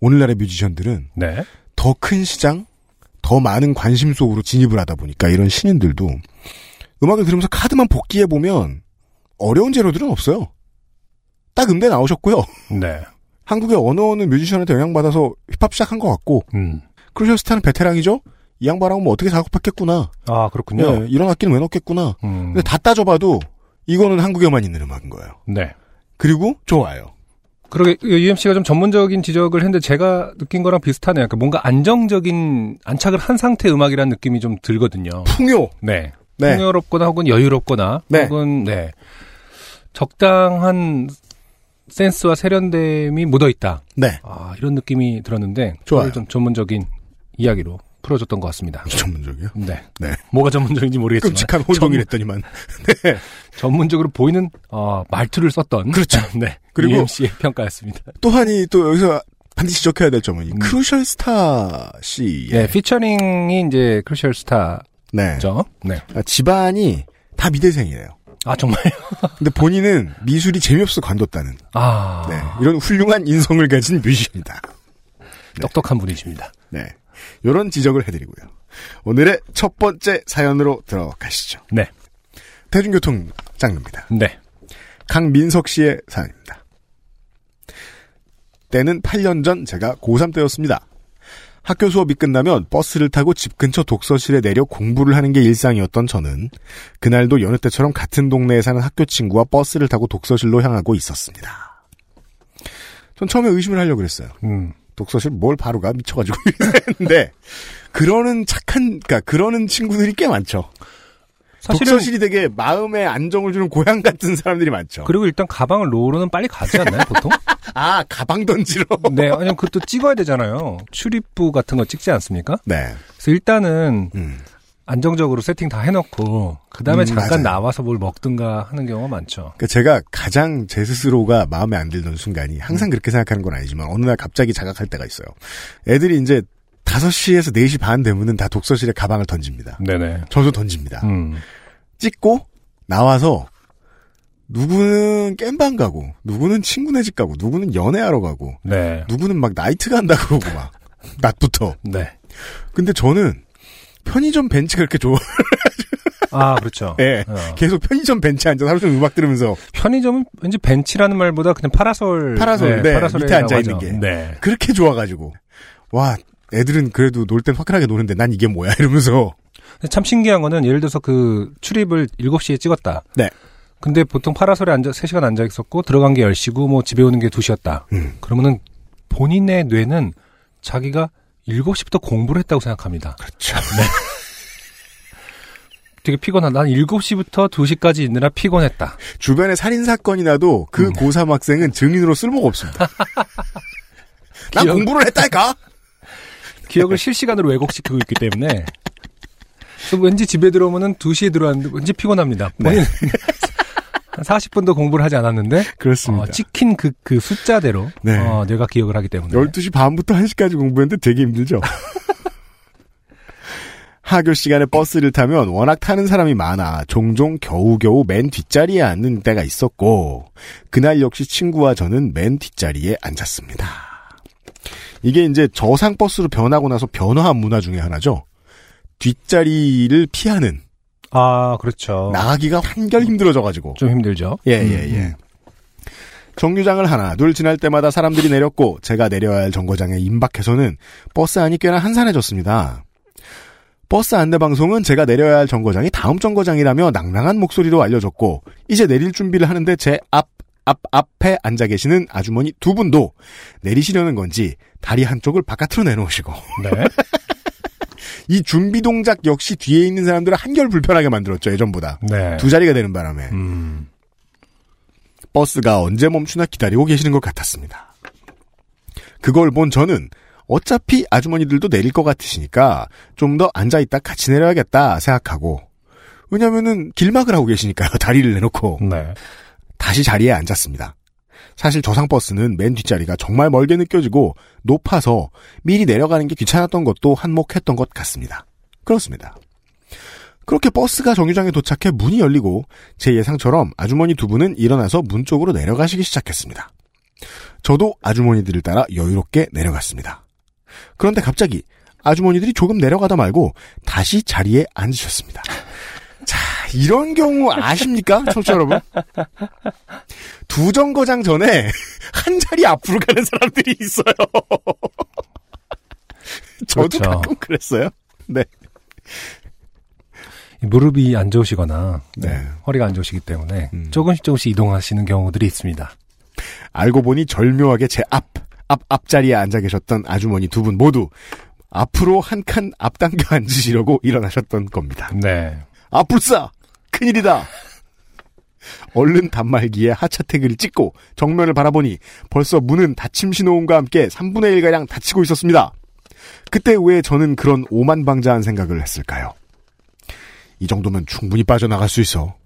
A: 오늘날의 뮤지션들은
B: 네.
A: 더 큰 시장, 더 많은 관심 속으로 진입을 하다 보니까 이런 신인들도 음악을 들으면서 카드만 복기해 보면 어려운 재료들은 없어요. 딱 음대 나오셨고요.
B: 네.
A: 한국의 언어는 뮤지션한테 영향받아서 힙합 시작한 것 같고
B: 음.
A: 크루셜스타는 베테랑이죠. 이 양반하고 뭐 어떻게 작업했겠구나.
B: 아, 그렇군요.
A: 예, 이런 악기는 왜 넣겠구나.
B: 음.
A: 근데 다 따져봐도 이거는 한국에만 있는 음악인 거예요.
B: 네.
A: 그리고 좋아요.
B: 그러게 UMC가 좀 전문적인 지적을 했는데 제가 느낀 거랑 비슷하네요. 그러니까 뭔가 안정적인 안착을 한 상태 음악이라는 느낌이 좀 들거든요.
A: 풍요.
B: 네.
A: 네.
B: 풍요롭거나 혹은 여유롭거나
A: 네.
B: 혹은 네. 적당한 센스와 세련됨이 묻어 있다.
A: 네.
B: 아, 이런 느낌이 들었는데
A: 좋아요.
B: 그걸 좀 전문적인 이야기로 풀어줬던 것 같습니다.
A: 전문적이요?
B: 네.
A: 네.
B: 뭐가 전문적인지 모르겠지만
A: 끔찍한 혼종이랬더니만.
B: 전, 문적으로 보이는 어, 말투를 썼던
A: 그렇죠.
B: 네.
A: 그리고-
B: UMC의 평가였습니다.
A: 또한 이 또 여기서 반드시 지적해야 될 점은 이
B: 음.
A: 크루셜 스타 씨의
B: 네, 피처링이 이제 크루셜 스타죠.
A: 네.
B: 네.
A: 아, 집안이 다 미대생이에요.
B: 아 정말요?
A: 근데 본인은 미술이 재미없어 관뒀다는
B: 아
A: 네. 이런 훌륭한 인성을 가진 뮤지션이다.
B: 똑똑한 분이십니다.
A: 네. 이런 지적을 해드리고요. 오늘의 첫 번째 사연으로 들어가시죠.
B: 네,
A: 대중교통 장르입니다.
B: 네,
A: 강민석 씨의 사연입니다. 때는 8년 전 제가 고3 때였습니다. 학교 수업이 끝나면 버스를 타고 집 근처 독서실에 내려 공부를 하는 게 일상이었던 저는 그날도 여느 때처럼 같은 동네에 사는 학교 친구와 버스를 타고 독서실로 향하고 있었습니다. 전 처음에 의심을 하려고 그랬어요.
B: 음,
A: 독서실 뭘 바로 가 미쳐가지고 이랬는데 그러는 착한 그러니까 그러는 친구들이 꽤 많죠.
B: 사실은-
A: 독서실이 되게 마음의 안정을 주는 고향 같은 사람들이 많죠.
B: 그리고 일단 가방을 로로는 빨리 가지 않나요, 보통?
A: 아, 가방 던지러?
B: 네, 아니면 그것도 찍어야 되잖아요. 출입부 같은 거 찍지 않습니까?
A: 네.
B: 그래서 일단은 안정적으로 세팅 다 해놓고 그 다음에
A: 음,
B: 잠깐
A: 맞아요.
B: 나와서 뭘 먹든가 하는 경우가 많죠.
A: 그러니까 제가 가장 제 스스로가 마음에 안 들던 순간이 항상 그렇게 생각하는 건 아니지만 어느 날 갑자기 자각할 때가 있어요. 애들이 이제 5시에서 4시 반 되면은 다 독서실에 가방을 던집니다.
B: 네네.
A: 저도 던집니다.
B: 음.
A: 찍고 나와서 누구는 깸방 가고 누구는 친구네 집 가고 누구는 연애하러 가고
B: 네.
A: 누구는 막 나이트 간다 그러고 막 낮부터
B: 네.
A: 근데 저는 편의점 벤치가 그렇게 좋아
B: 아, 그렇죠.
A: 예.
B: 어.
A: 계속 편의점 벤치에 앉아서 하루 종일 음악 들으면서
B: 편의점은 왠지 벤치라는 말보다 그냥 파라솔.
A: 파라솔, 네, 밑에
B: 라고
A: 앉아 있는
B: 하죠.
A: 게.
B: 네.
A: 그렇게 좋아가지고 와 애들은 그래도 놀 땐 화끈하게 노는데 난 이게 뭐야 이러면서
B: 근데 참 신기한 거는 예를 들어서 그 출입을 7시에 찍었다.
A: 네.
B: 근데 보통 파라솔에 앉아, 3시간 앉아 있었고, 들어간 게 10시고, 뭐 집에 오는 게 2시였다.
A: 음.
B: 그러면은 본인의 뇌는 자기가 7시부터 공부를 했다고 생각합니다. 네.
A: 그렇죠.
B: 되게 피곤하다. 난 7시부터 2시까지 있느라 피곤했다.
A: 주변에 살인 사건이 나도 그 고3 학생은 증인으로 쓸모가 없습니다. 난
B: 기억-
A: 공부를 했다니까.
B: 기억을 실시간으로 왜곡시키고 있기 때문에. 그래서 왠지 집에 들어오면은 2시에 들어왔는데 왠지 피곤합니다.
A: 네.
B: 본인 한 40분 더 공부를 하지 않았는데
A: 그렇습니다.
B: 어, 찍힌 그, 그 숫자대로
A: 네.
B: 어, 뇌가 기억을 하기 때문에
A: 12시 반부터 1시까지 공부했는데 되게 힘들죠. 하교 시간에 버스를 타면 워낙 타는 사람이 많아 종종 겨우겨우 맨 뒷자리에 앉는 때가 있었고 그날 역시 친구와 저는 맨 뒷자리에 앉았습니다. 이게 이제 저상 버스로 변하고 나서 변화한 문화 중에 하나죠. 뒷자리를 피하는
B: 아 그렇죠
A: 나가기가 한결 힘들어져 가지고
B: 좀 힘들죠
A: 예, 예, 예. 정류장을 하나, 둘 지날 때마다 사람들이 내렸고, 제가 내려야 할 정거장에 임박해서는 버스 안이 꽤나 한산해졌습니다. 버스 안내 방송은 제가 내려야 할 정거장이 다음 정거장이라며 낭랑한 목소리로 알려졌고, 이제 내릴 준비를 하는데 제 앞, 앞, 앞에 앉아 계시는 아주머니 두 분도 내리시려는 건지 다리 한쪽을 바깥으로 내놓으시고,
B: 네
A: 이 준비 동작 역시 뒤에 있는 사람들을 한결 불편하게 만들었죠, 예전보다.
B: 네.
A: 두 자리가 되는 바람에.
B: 음,
A: 버스가 언제 멈추나 기다리고 계시는 것 같았습니다. 그걸 본 저는 어차피 아주머니들도 내릴 것 같으시니까 좀 더 앉아있다 같이 내려야겠다 생각하고 왜냐면은 길막을 하고 계시니까요. 다리를 내놓고
B: 네.
A: 다시 자리에 앉았습니다. 사실 저상버스는 맨 뒷자리가 정말 멀게 느껴지고 높아서 미리 내려가는 게 귀찮았던 것도 한몫했던 것 같습니다. 그렇습니다. 그렇게 버스가 정류장에 도착해 문이 열리고 제 예상처럼 아주머니 두 분은 일어나서 문 쪽으로 내려가시기 시작했습니다. 저도 아주머니들을 따라 여유롭게 내려갔습니다. 그런데 갑자기 아주머니들이 조금 내려가다 말고 다시 자리에 앉으셨습니다. 자, 이런 경우 아십니까? 청취자 여러분? 두 정거장 전에 한 자리 앞으로 가는 사람들이 있어요. 저도
B: 그렇죠.
A: 가끔 그랬어요. 네.
B: 이 무릎이 안 좋으시거나
A: 네.
B: 허리가 안 좋으시기 때문에
A: 음.
B: 조금씩 조금씩 이동하시는 경우들이 있습니다
A: 알고 보니 절묘하게 제 앞, 앞, 앞자리에 앉아 계셨던 아주머니 두 분 모두 앞으로 한 칸 앞당겨 앉으시려고 일어나셨던 겁니다.
B: 네
A: 아뿔싸! 큰일이다! 얼른 단말기에 하차 태그를 찍고 정면을 바라보니 벌써 문은 닫힘 신호음과 함께 3분의 1가량 닫히고 있었습니다. 그때 왜 저는 그런 오만방자한 생각을 했을까요? 이 정도면 충분히 빠져나갈 수 있어.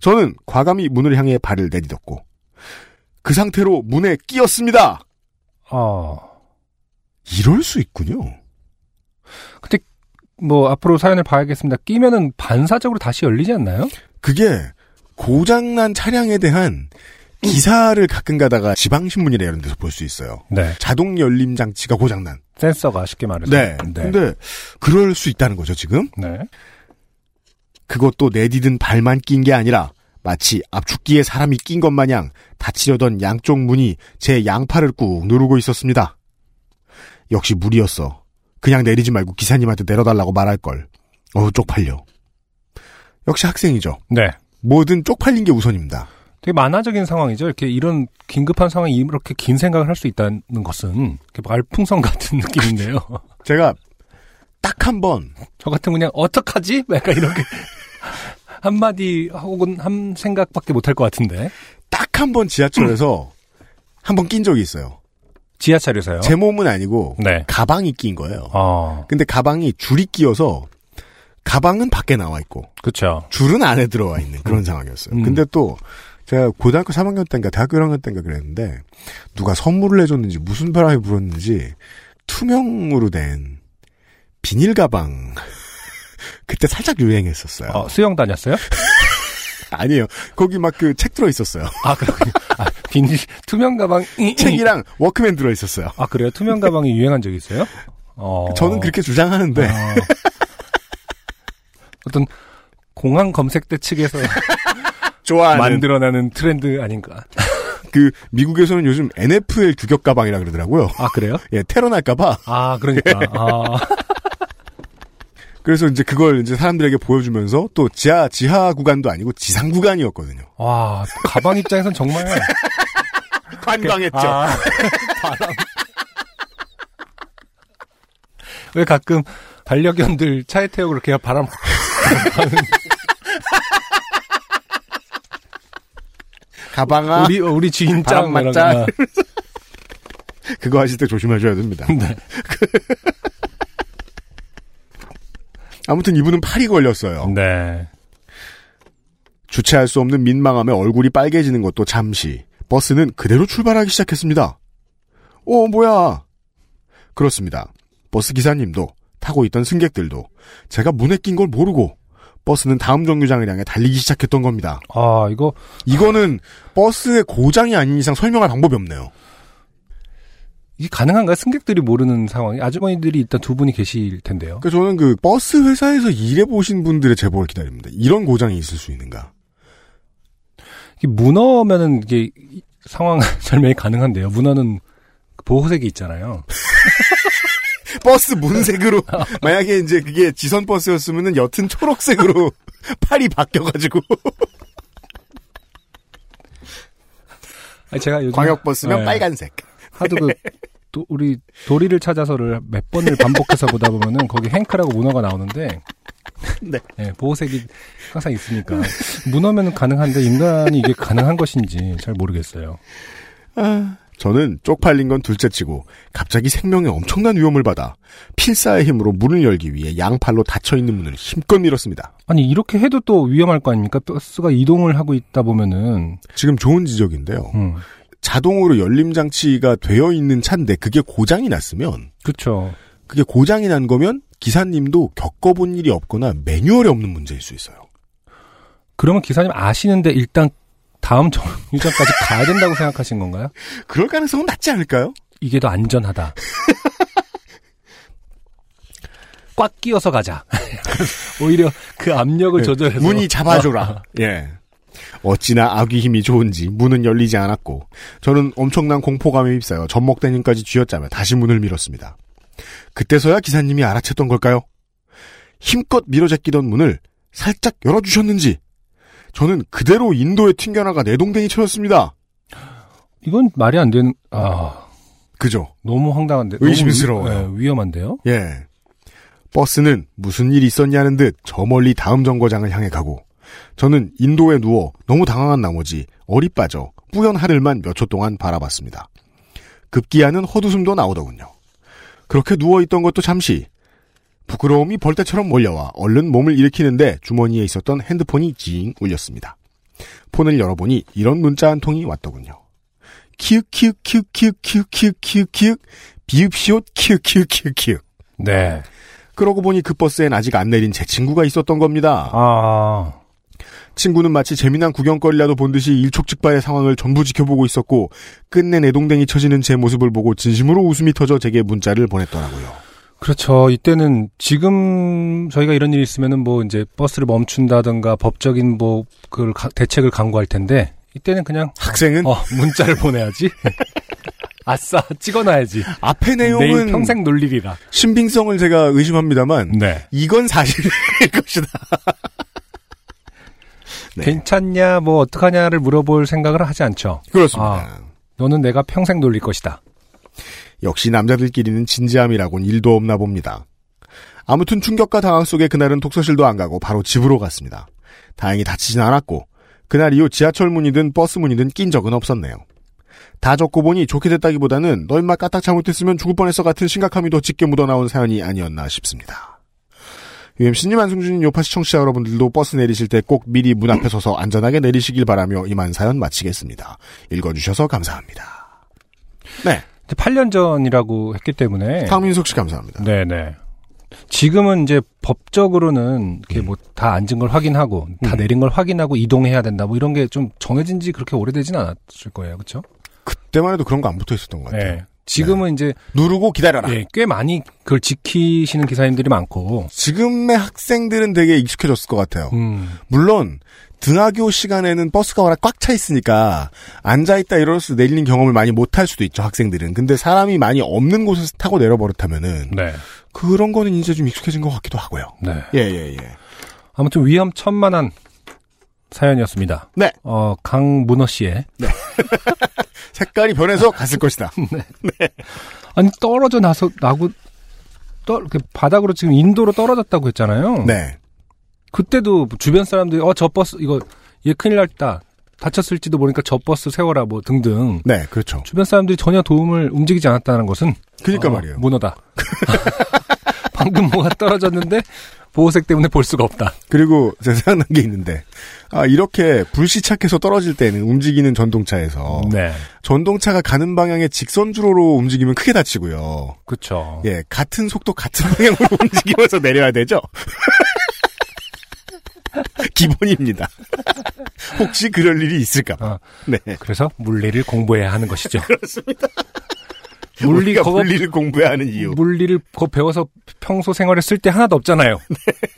A: 저는 과감히 문을 향해 발을 내딛었고 그 상태로 문에 끼었습니다.
B: 어,
A: 이럴 수 있군요.
B: 뭐 앞으로 사연을 봐야겠습니다 끼면은 반사적으로 다시 열리지 않나요?
A: 그게 고장난 차량에 대한 기사를 가끔 가다가 지방신문이나 이런 데서 볼 수 있어요.
B: 네
A: 자동 열림 장치가 고장난.
B: 센서가 쉽게 말해서
A: 네.
B: 네.
A: 근데 그럴 수 있다는 거죠, 지금?
B: 네.
A: 그것도 내디딘 발만 낀 게 아니라 마치 압축기에 사람이 낀 것 마냥 닫히려던 양쪽 문이 제 양팔을 꾹 누르고 있었습니다. 역시 무리였어. 그냥 내리지 말고 기사님한테 내려달라고 말할 걸. 어우, 쪽팔려. 역시 학생이죠.
B: 네.
A: 뭐든 쪽팔린 게 우선입니다.
B: 되게 만화적인 상황이죠. 이렇게 이런 긴급한 상황에 이렇게 긴 생각을 할 수 있다는 것은 이렇게 말풍선 같은 느낌인데요.
A: 제가 딱 한 번
B: 저 같은 그냥 어떡하지? 약간 이렇게 한마디 혹은 한 생각밖에 못할 것 같은데.
A: 딱 한 번 지하철에서 한 번 낀 적이 있어요.
B: 지하철에서요?
A: 제 몸은 아니고
B: 네.
A: 가방이 낀 거예요.
B: 어,
A: 근데 가방이 줄이 끼어서 가방은 밖에 나와 있고
B: 그쵸.
A: 줄은 안에 들어와 있는 그런 상황이었어요.
B: 음.
A: 근데 또 제가 고등학교 3학년 때인가 대학교 1학년 때인가 그랬는데 누가 선물을 해줬는지 무슨 바람이 불었는지 투명으로 된 비닐 가방 그때 살짝 유행했었어요.
B: 어, 수영 다녔어요?
A: 아니에요. 거기 막 그 책 들어 있었어요.
B: 아, 그렇군요. 아, 비닐, 투명 가방.
A: 책이랑 워크맨 들어 있었어요.
B: 아, 그래요? 투명 가방이 유행한 적이 있어요? 어.
A: 저는 그렇게 주장하는데
B: 어. 어떤 공항 검색대 측에서
A: 좋아하는 네.
B: 만들어내는 트렌드 아닌가.
A: 그 미국에서는 요즘 NFL 규격 가방이라 그러더라고요. 네.
B: 아, 그래요?
A: 예, 테러 날까봐.
B: 아, 그러니까. 아,
A: 그래서 이제 그걸 이제 사람들에게 보여주면서 또 지하 지하 구간도 아니고 지상 구간이었거든요.
B: 와, 가방 입장에선 정말.
A: 관광했죠.
B: 아, 바람. 왜 가끔 반려견들 차에 태우고 그렇게 바람.
A: 가방아
B: 우리, 우리 주인 짱.
A: 바람 맞자.
B: 이러거나.
A: 그거 하실 때 조심하셔야 됩니다.
B: 네.
A: 아무튼 이분은 팔이 걸렸어요.
B: 네.
A: 주체할 수 없는 민망함에 얼굴이 빨개지는 것도 잠시. 버스는 그대로 출발하기 시작했습니다. 어, 뭐야. 그렇습니다. 버스 기사님도 타고 있던 승객들도 제가 문에 낀 걸 모르고 버스는 다음 정류장을 향해 달리기 시작했던 겁니다.
B: 아, 이거
A: 이거는 버스의 고장이 아닌 이상 설명할 방법이 없네요.
B: 이게 가능한가요? 승객들이 모르는 상황이 아주머니들이 일단 두 분이 계실 텐데요.
A: 그러니까 저는 그 버스 회사에서 일해 보신 분들의 제보를 기다립니다. 이런 고장이 있을 수 있는가?
B: 이게 문어면은 이게 이- 상황 설명이 가능한데요. 문어는 보호색이 있잖아요.
A: 버스 문색으로 만약에 이제 그게 지선 버스였으면은 옅은 초록색으로 팔이 바뀌어가지고
B: 아니, 제가 요즘
A: 광역 버스면
B: 네,
A: 빨간색.
B: 하도 그 도- 우리 도리를 찾아서를 몇 번을 반복해서 보다 보면은 거기 행크라고 문어가 나오는데
A: 네.
B: 예, 보호색이 항상 있으니까 문어면은 가능한데 인간이 이게 가능한 것인지 잘 모르겠어요.
A: 저는 쪽팔린 건 둘째치고 갑자기 생명에 엄청난 위험을 받아 필사의 힘으로 문을 열기 위해 양팔로 닫혀 있는 문을 힘껏 밀었습니다.
B: 아니 이렇게 해도 또 위험할 거 아닙니까? 버스가 이동을 하고 있다 보면은
A: 지금 좋은 지적인데요.
B: 음,
A: 자동으로 열림 장치가 되어 있는 차인데 그게 고장이 났으면
B: 그렇죠.
A: 그게 고장이 난 거면 기사님도 겪어본 일이 없거나 매뉴얼이 없는 문제일 수 있어요.
B: 그러면 기사님 아시는데 일단 다음 정류장까지 가야 된다고 생각하신 건가요?
A: 그럴 가능성은 낮지 않을까요?
B: 이게 더 안전하다. 꽉 끼어서 가자. 오히려 그 압력을 조절해서
A: 예, 네, 문이 잡아줘라. 예. 어찌나 아귀 힘이 좋은지 문은 열리지 않았고 저는 엄청난 공포감에 휩싸여 젖먹대님까지 쥐어짜며 다시 문을 밀었습니다. 그때서야 기사님이 알아챘던 걸까요? 힘껏 밀어제끼던 문을 살짝 열어주셨는지 저는 그대로 인도에 튕겨나가 내동댕이 쳐졌습니다.
B: 이건 말이 안 되는 아
A: 그죠?
B: 너무 황당한데
A: 의심스러워요.
B: 너무 위- 예, 위험한데요.
A: 예. 버스는 무슨 일이 있었냐는 듯 저 멀리 다음 정거장을 향해 가고 저는 인도에 누워 너무 당황한 나머지 어리 빠져 뿌연 하늘만 몇 초 동안 바라봤습니다. 급기야는 헛웃음도 나오더군요. 그렇게 누워있던 것도 잠시 부끄러움이 벌떼처럼 몰려와 얼른 몸을 일으키는데 주머니에 있었던 핸드폰이 징 울렸습니다. 폰을 열어보니 이런 문자 한 통이 왔더군요. 키읔 키읔 키읔 키읔 키읔 키읔 키읔 키읔 비읍시옷 키읔 키읔 키읔 키읔
B: 네.
A: 그러고 보니 그 버스엔 아직 안 내린 제 친구가 있었던 겁니다.
B: 아
A: 친구는 마치 재미난 구경거리라도 본 듯이 일촉즉발의 상황을 전부 지켜보고 있었고 끝내 내동댕이 쳐지는 제 모습을 보고 진심으로 웃음이 터져 제게 문자를 보냈더라고요.
B: 그렇죠. 이때는 지금 저희가 이런 일이 있으면은 뭐 이제 버스를 멈춘다든가 법적인 뭐 그 대책을 강구할 텐데 이때는 그냥
A: 학생은
B: 어, 문자를 보내야지. 아싸, 찍어놔야지.
A: 앞의
B: 아, 내일
A: 내용은
B: 평생 놀리리라.
A: 신빙성을 제가 의심합니다만
B: 네.
A: 이건 사실일 것이다. 네.
B: 괜찮냐, 뭐, 어떡하냐를 물어볼 생각을 하지 않죠. 아.
A: 그렇습니다.
B: 너는 내가 평생 놀릴 것이다.
A: 역시 남자들끼리는 진지함이라곤 일도 없나 봅니다. 아무튼 충격과 당황 속에 그날은 독서실도 안 가고 바로 집으로 갔습니다. 다행히 다치진 않았고 그날 이후 지하철 문이든 버스 문이든 낀 적은 없었네요. 다 적고 보니 좋게 됐다기보다는 너 임마 까딱 잘못했으면 죽을 뻔했어 같은 심각함이 더 짙게 묻어나온 사연이 아니었나 싶습니다. UMC님, 안승준님, 요파 시청자 여러분들도 버스 내리실 때 꼭 미리 문 앞에 서서 안전하게 내리시길 바라며 이만 사연 마치겠습니다. 읽어주셔서 감사합니다. 네.
B: 8년 전이라고 했기 때문에.
A: 강민석 씨 감사합니다.
B: 네. 네네. 지금은 이제 법적으로는 이렇게 뭐 다 앉은 걸 확인하고 다 내린 걸 확인하고 이동해야 된다 뭐 이런 게 좀 정해진 지 그렇게 오래되진 않았을 거예요. 그렇죠?
A: 그때만 해도 그런 거 안 붙어 있었던 것 같아요.
B: 네. 지금은 이제
A: 누르고 기다려라.
B: 예, 꽤 많이 그걸 지키시는 기사님들이 많고
A: 지금의 학생들은 되게 익숙해졌을 것 같아요.
B: 음.
A: 물론 등하교 시간에는 버스가 워낙 꽉 차 있으니까 앉아 있다 일어나서 내리는 경험을 많이 못 할 수도 있죠 학생들은. 근데 사람이 많이 없는 곳에서 타고 내려버릇하면은
B: 네.
A: 그런 거는 이제 좀 익숙해진 것 같기도 하고요.
B: 네.
A: 예예예.
B: 아무튼 위험천만한 사연이었습니다.
A: 네.
B: 어, 강문호 씨의
A: 색깔이 변해서 갔을 것이다.
B: 음. 아니 떨어져 나서 나고 떠 이렇게 바닥으로 지금 인도로 떨어졌다고 했잖아요.
A: 네.
B: 그때도 주변 사람들이 어 저 버스 이거 얘 큰일 났다 다쳤을지도 모르니까 저 버스 세워라 뭐 등등
A: 네 그렇죠.
B: 주변 사람들이 전혀 도움을 움직이지 않았다는 것은
A: 그러니까
B: 어,
A: 말이에요.
B: 문어다. 방금 뭐가 떨어졌는데 보호색 때문에 볼 수가 없다.
A: 그리고 제가 생각난 게 있는데 아 이렇게 불시착해서 떨어질 때는 움직이는 전동차에서
B: 네,
A: 전동차가 가는 방향에 직선 주로로 움직이면 크게 다치고요.
B: 그렇죠.
A: 예, 같은 속도 같은 방향으로 움직이면서 내려야 되죠. 기본입니다. 혹시 그럴 일이 있을까? 봐.
B: 아.
A: 네.
B: 그래서 물리를 공부해야 하는 것이죠. 그렇습니다. 물리
A: 우리가
B: 그거
A: 물리를 공부해야 하는 이유.
B: 물리를 곧 배워서 평소 생활에 쓸 때 하나도 없잖아요.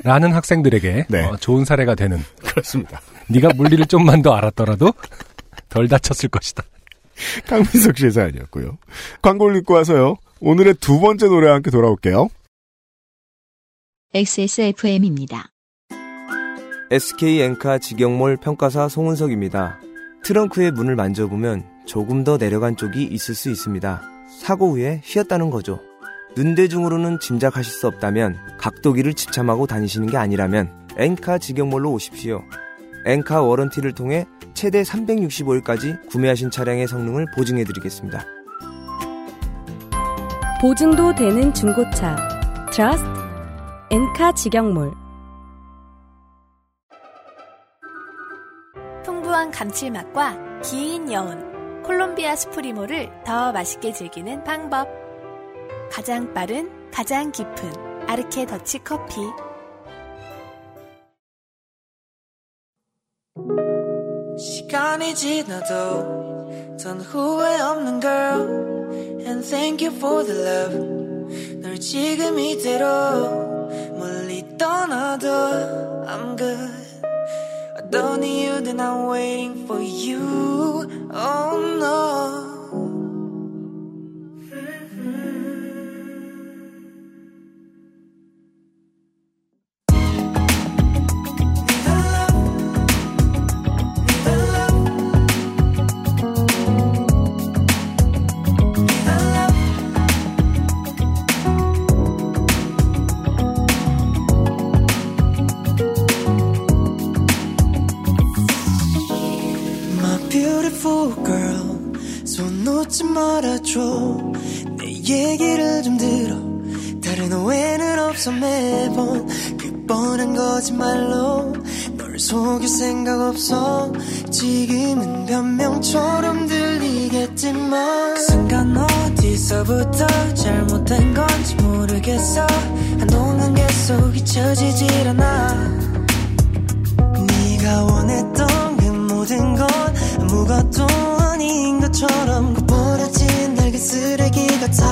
B: 라는 학생들에게
A: 네.
B: 어, 좋은 사례가 되는.
A: 그렇습니다.
B: 네가 물리를 좀만 더 알았더라도 덜 다쳤을 것이다.
A: 강민석 씨의 사연이었고요. 광고를 읽고 와서요. 오늘의 두 번째 노래와 함께 돌아올게요.
I: XSFM입니다.
D: SK 엔카 직영몰 평가사 송은석입니다. 트렁크의 문을 만져보면 조금 더 내려간 쪽이 있을 수 있습니다. 사고 후에 휘었다는 거죠. 눈대중으로는 짐작하실 수 없다면 각도기를 지참하고 다니시는 게 아니라면 엔카 직영몰로 오십시오. 엔카 워런티를 통해 최대 365일까지 구매하신 차량의 성능을 보증해 드리겠습니다.
J: 보증도 되는 중고차 트러스트 엔카 직영몰
K: 풍부한 감칠맛과 긴 여운, 콜롬비아 스프리모를 더 맛있게 즐기는 방법. 가장 빠른, 가장 깊은 아르케 더치 커피.
H: 시간이 지나도 전 후회 없는 girl And thank you for the love 널 지금 이대로 멀리 떠나도 I'm good 어떤 이유든 I'm waiting for you Oh no My beautiful girl 손 놓지 말아줘 내 얘기를 좀 들어 다른 오해는 없어 매번 그 뻔한 거짓말로 널 속일 생각 없어 지금은 변명처럼 들리겠지만 그 순간 어디서부터 잘못된 건지 모르겠어 한동안 계속 잊혀지질 않아 네가 원했던 그 모든 건 아무것도 아닌 것처럼 고부라진 낡은 쓰레기 같아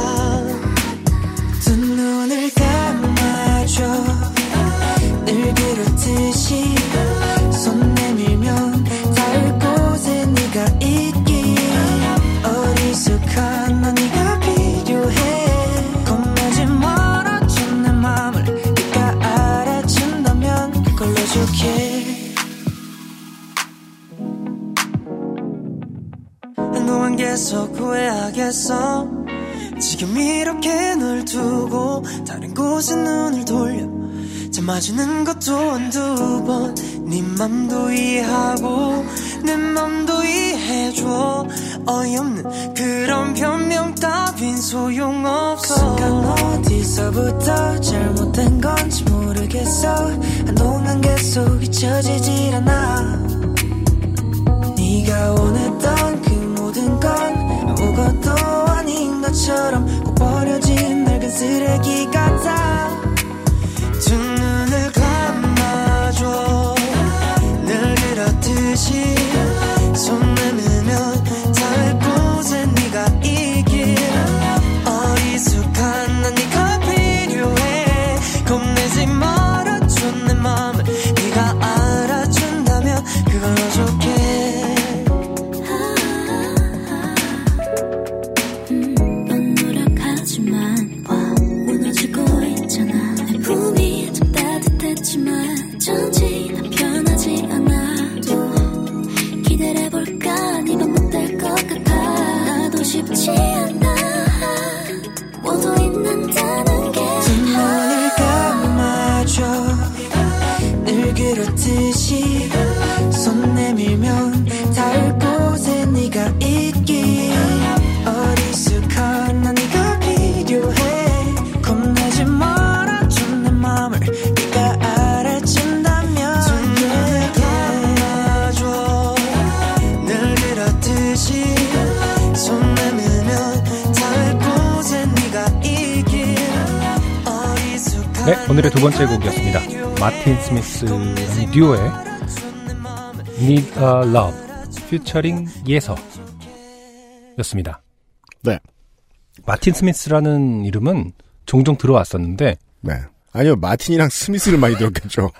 H: 두 눈을 감아줘 늘 그렇듯이 손 내밀면 닿을 곳에 네가 있기 어리숙한 나 네가 필요해 겁내지 말아준 내 맘을 네가 알아준다면 그걸로 좋게 한동안 계속 후회하겠어 지금 이렇게 널 두고 다른 곳에 눈을 돌려 참 마주는 것도 한두 번. 네 맘도 이해하고, 내 맘도 이해해줘. 어이없는 그런 변명 따윈 소용없어. 그 순간 어디서부터 잘못된 건지 모르겠어. 한동안 계속 잊혀지질 않아. 네가 원했던 그 모든 건 아무것도 아닌 것처럼 꼭 버려진 낡은 쓰레기 같아 두 눈을 감아줘 늘 그렇듯이 손 내밀면 닿을 곳에 네가 있길 어리숙한 난 네가 필요해 겁내지 말아줘 내 맘을 네가 알아준다면 그걸로 좋게
L: 넌 노력하지만 무너지고 있잖아 내 품이 좀 따뜻했지만 전지 난 변하지 않아 또 기다려볼까 네가 못될 것 같아 나도 쉽지 않아 모두 있는다는 게
H: 두 눈을 감아줘 늘 그렇듯이 손 내밀면 닿을 곳에 네가 있길 어리숙한 난 네가 필요해 겁내지 말아줘 내 맘을 네가 알아준다면 두 눈을 감아줘 늘 그렇듯이 손 내밀면 닿을 곳에 네가 있길 어리숙한
B: 네, 오늘의 두 번째 곡이었습니다. 마틴 스미스라는 듀오의 Need a Love 피처링 예서였습니다.
A: 네.
B: 마틴 스미스라는 이름은 종종 들어왔었는데
A: 네. 아니요, 마틴이랑 스미스를 많이 들었겠죠.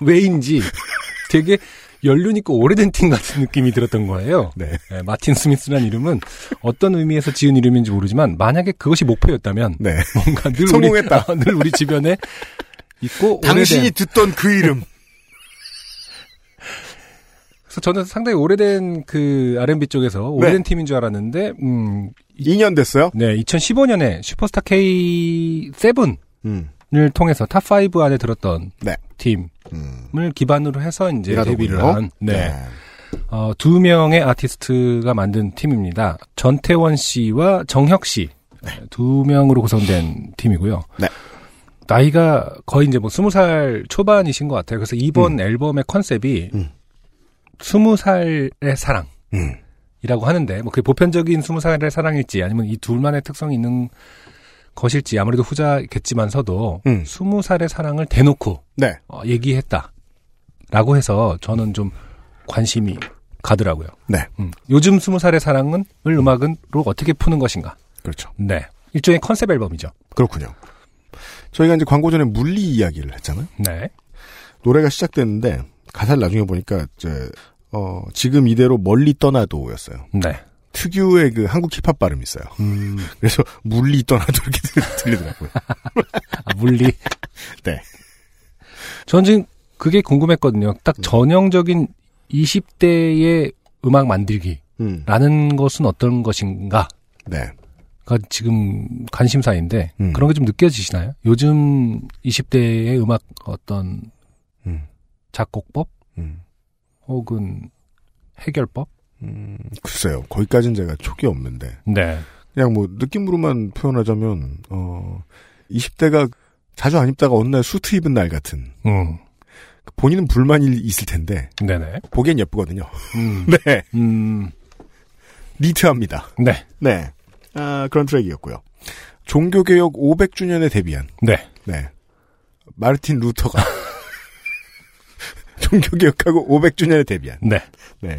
B: 왜인지 되게 연륜 있고 오래된 팀 같은 느낌이 들었던 거예요. 네, 마틴 스미스라는 이름은 어떤 의미에서 지은 이름인지 모르지만 만약에 그것이 목표였다면 뭔가 늘
A: 네. 성공했다.
B: 우리, 아, 늘 우리 주변에 있고
A: 당신이
B: 오래된-
A: 듣던 그 이름.
B: 그래서 저는 상당히 오래된 그 R&B
A: 네.
B: 쪽에서 오래된 팀인 줄 알았는데 음
A: 2년 됐어요?
B: 네, 2015년에 슈퍼스타 K 7을
A: 음.
B: 통해서 탑 5 안에 들었던
A: 네.
B: 팀을
A: 음.
B: 기반으로 해서 이제
A: 이라더군요.
B: 예, 데뷔를 한 네.
A: 네.
B: 어, 두 명의 아티스트가 만든 팀입니다. 전태원 씨와 정혁 씨 두 명으로 구성된 팀이고요. 나이가 거의 이제 뭐 스무 살 초반이신 것 같아요. 그래서 이번 앨범의 컨셉이 스무 살의 사랑. 이라고 하는데 뭐 그게 보편적인 스무 살의 사랑일지 아니면 이 둘만의 특성이 있는 것일지 아무래도 후자겠지만서도 스무 살의 사랑을 대놓고
A: 네.
B: 어, 얘기했다라고 해서 저는 좀 관심이 가더라고요.
A: 네.
B: 음, 요즘 스무 살의 사랑은을 음악은로 어떻게 푸는 것인가?
A: 그렇죠.
B: 네, 일종의 컨셉 앨범이죠.
A: 그렇군요. 저희가 이제 광고 전에 물리 이야기를 했잖아요.
B: 네.
A: 노래가 시작됐는데 가사를 나중에 보니까 이제 어, 지금 이대로 멀리 떠나도였어요.
B: 네.
A: 특유의 그 한국 힙합 발음이 있어요. 그래서 물리 떠나도 이렇게 들리더라고요.
B: 아, 물리.
A: 네.
B: 전 지금 그게 궁금했거든요. 딱 전형적인 20대의 음악 만들기라는 것은 어떤 것인가?
A: 네.
B: 가 지금 관심사인데 그런 게 좀 느껴지시나요? 요즘 20대의 음악 어떤 음. 작곡법
A: 음.
B: 혹은 해결법?
A: 글쎄요. 거기까지는 제가 촉이 없는데.
B: 네.
A: 그냥 뭐 느낌으로만 표현하자면 어 20대가 자주 안 입다가 어느 날 수트 입은 날 같은.
B: 음.
A: 본인은 불만이 있을 텐데.
B: 네네.
A: 보기엔 예쁘거든요.
B: 음.
A: 네.
B: 음.
A: 니트합니다.
B: 네.
A: 네. 아, 그런 트랙이었고요. 종교개혁 500주년에 데뷔한.
B: 네.
A: 네. 마르틴 루터가. 종교개혁하고 500주년에 데뷔한.
B: 네.
A: 네.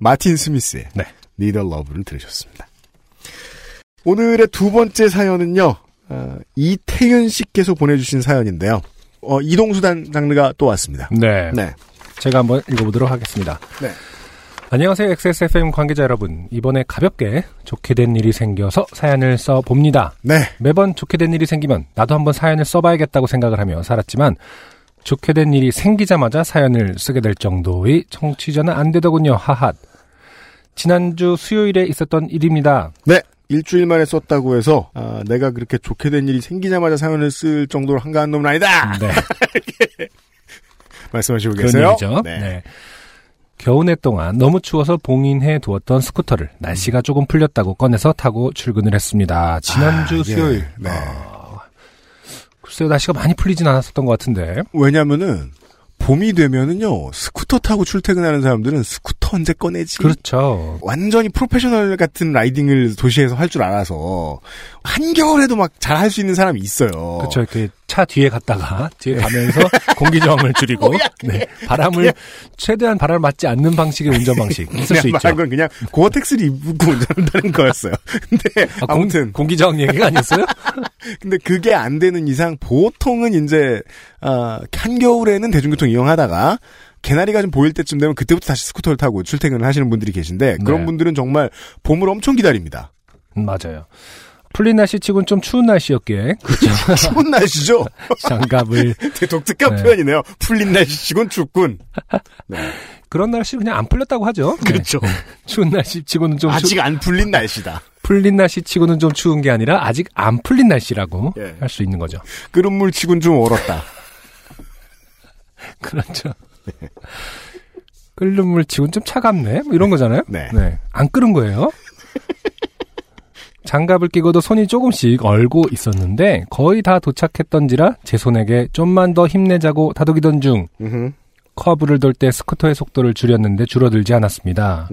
A: 마틴 스미스의.
B: 네.
A: 니더 러브를 들으셨습니다. 오늘의 두 번째 사연은요, 어, 이태윤 씨께서 보내주신 사연인데요. 어, 이동수단 장르가 또 왔습니다.
B: 네.
A: 네.
B: 제가 한번 읽어보도록 하겠습니다.
A: 네.
B: 안녕하세요. XSFM 관계자 여러분. 이번에 가볍게 좋게 된 일이 생겨서 사연을 써봅니다.
A: 네.
B: 매번 좋게 된 일이 생기면 나도 한번 사연을 써봐야겠다고 생각을 하며 살았지만 좋게 된 일이 생기자마자 사연을 쓰게 될 정도의 청취자는 안 되더군요. 하핫. 지난주 수요일에 있었던 일입니다.
A: 네. 일주일 만에 썼다고 해서 아, 내가 그렇게 좋게 된 일이 생기자마자 사연을 쓸 정도로 한가한 놈은 아니다. 말씀하시고
B: 네. 그런
A: 계세요.
B: 얘기죠. 네. 겨우내 동안 너무 추워서 봉인해 두었던 스쿠터를
A: 음.
B: 날씨가 조금 풀렸다고 꺼내서 타고 출근을 했습니다. 지난주
A: 아, 예.
B: 수요일.
A: 네.
B: 글쎄요, 날씨가 많이 풀리진 않았었던 것 같은데.
A: 왜냐면은 봄이 되면은요 스쿠터 타고 출퇴근하는 사람들은 스쿠터 언제 꺼내지?
B: 그렇죠.
A: 완전히 프로페셔널 같은 라이딩을 도시에서 할 줄 알아서 한겨울에도 막 잘 할 수 있는 사람이 있어요. 네.
B: 그렇죠. 이렇게 차 뒤에 갔다가 뒤에 가면서 공기 저항을 줄이고 네. 바람을 최대한 바람을 맞지 않는 방식의 운전 방식 있을 수 있죠.
A: 네, 말한 건 그냥 고어텍스를 입고 운전한다는 거였어요. 근데
B: 아, 공-
A: 아무튼
B: 공기 저항 얘기가 아니었어요?
A: 근데 그게 안 되는 이상 보통은 이제 아, 한겨울에는 대중교통 이용하다가 개나리가 좀 보일 때쯤 되면 그때부터 다시 스쿠터를 타고 출퇴근을 하시는 분들이 계신데 그런
B: 네.
A: 분들은 정말 봄을 엄청 기다립니다.
B: 음, 맞아요. 풀린 날씨치곤 좀 추운 날씨였기에
A: 추운 날씨죠.
B: 장갑을
A: 되게 독특한
B: 네.
A: 표현이네요. 풀린 날씨치곤 춥군.
B: 그런 날씨 그냥 안 풀렸다고 하죠. 네,
A: 그렇죠.
B: 추운 날씨치고는 좀 추-
A: 아직 안 풀린 날씨다.
B: 풀린 날씨치고는 좀 추운 게 아니라 아직 안 풀린 날씨라고
A: 예.
B: 할 수 있는 거죠.
A: 끓은 물 치곤 좀 얼었다.
B: 그렇죠. 끓는 물 치곤 좀 차갑네. 뭐 이런 거잖아요.
A: 네.
B: 안 끓은 거예요. 장갑을 끼고도 손이 조금씩 얼고 있었는데 거의 다 도착했던지라 제 손에게 좀만 더 힘내자고 다독이던 중 커브를 돌 때 스쿠터의 속도를 줄였는데 줄어들지 않았습니다.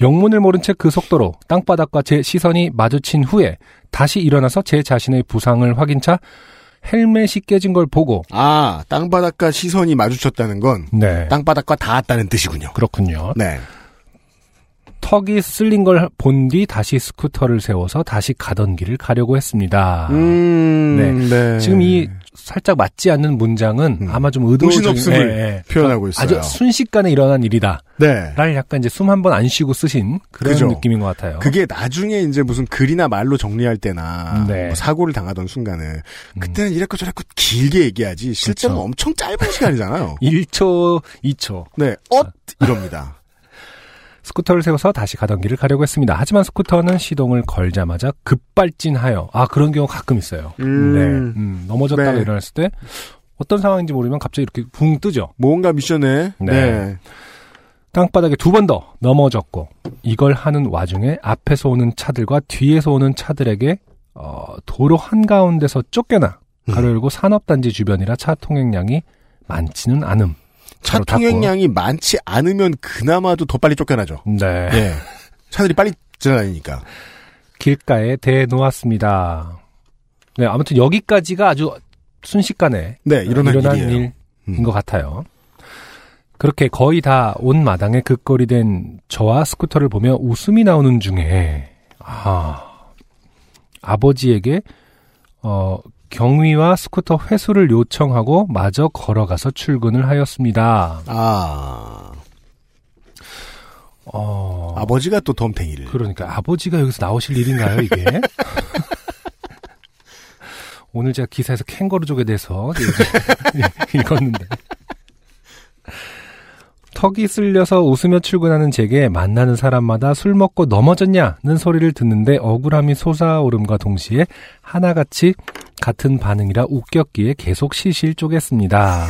B: 영문을 모른 채 그 속도로 땅바닥과 제 시선이 마주친 후에 다시 일어나서 제 자신의 부상을 확인차 헬멧이 깨진 걸 보고
A: 아 땅바닥과 시선이 마주쳤다는 건
B: 네.
A: 땅바닥과 닿았다는 뜻이군요.
B: 그렇군요.
A: 네.
B: 턱이 쓸린 걸 본 뒤 다시 스쿠터를 세워서 다시 가던 길을 가려고 했습니다.
A: 음,
B: 네.
A: 네.
B: 아,
A: 음.
B: 지금 이 살짝 맞지 않는 문장은 아마 좀 의도적인
A: 정신없음을
B: 예, 예.
A: 표현하고 있어요.
B: 아주 순식간에 일어난 일이다.
A: 네.
B: 를 약간 이제 숨 한 번 안 쉬고 쓰신 그런
A: 그죠.
B: 느낌인 것 같아요.
A: 그게 나중에 이제 무슨 글이나 말로 정리할 때나
B: 네. 음.
A: 뭐 사고를 당하던 순간은 그때는 이랬고 저랬고 길게 얘기하지 실제로 는
B: 그렇죠.
A: 엄청 짧은 시간이잖아요.
B: 1초, 2초.
A: 네, 엇 이럽니다.
B: 스쿠터를 세워서 다시 가던 길을 가려고 했습니다. 하지만 스쿠터는 시동을 걸자마자 급발진하여 아 그런 경우 가끔 있어요.
A: 음.
B: 네, 음, 넘어졌다가
A: 네.
B: 일어났을 때 어떤 상황인지 모르면 갑자기 이렇게 붕 뜨죠.
A: 뭔가 미션에 네.
B: 네. 땅바닥에 두 번 더 넘어졌고 이걸 하는 와중에 앞에서 오는 차들과 뒤에서 오는 차들에게 어, 도로 한가운데서 쫓겨나 가로 열고 산업단지 주변이라 차 통행량이 많지는 않음.
A: 차
B: 바로 닫고.
A: 통행량이 많지 않으면 그나마도 더 빨리 쫓겨나죠.
B: 네.
A: 네. 차들이 빨리 지나다니니까.
B: 길가에 대놓았습니다. 네, 아무튼 여기까지가 아주 순식간에
A: 네, 일어난 일이에요. 음.
B: 일인 것 같아요. 그렇게 거의 다 온 마당에 극거리 된 저와 스쿠터를 보며 웃음이 나오는 중에 아 아버지에게 어 경위와 스쿠터 회수를 요청하고 마저 걸어가서 출근을 하였습니다.
A: 아.
B: 어.
A: 아버지가 또 덤탱이를.
B: 그러니까 아버지가 여기서 나오실 일인가요, 이게? 오늘 제가 기사에서 캥거루족에 대해서 읽었는데. 턱이 쓸려서 웃으며 출근하는 제게 만나는 사람마다 술 먹고 넘어졌냐는 소리를 듣는데 억울함이 솟아오름과 동시에 하나같이 같은 반응이라 웃겼기에 계속 시실 쪼갰습니다.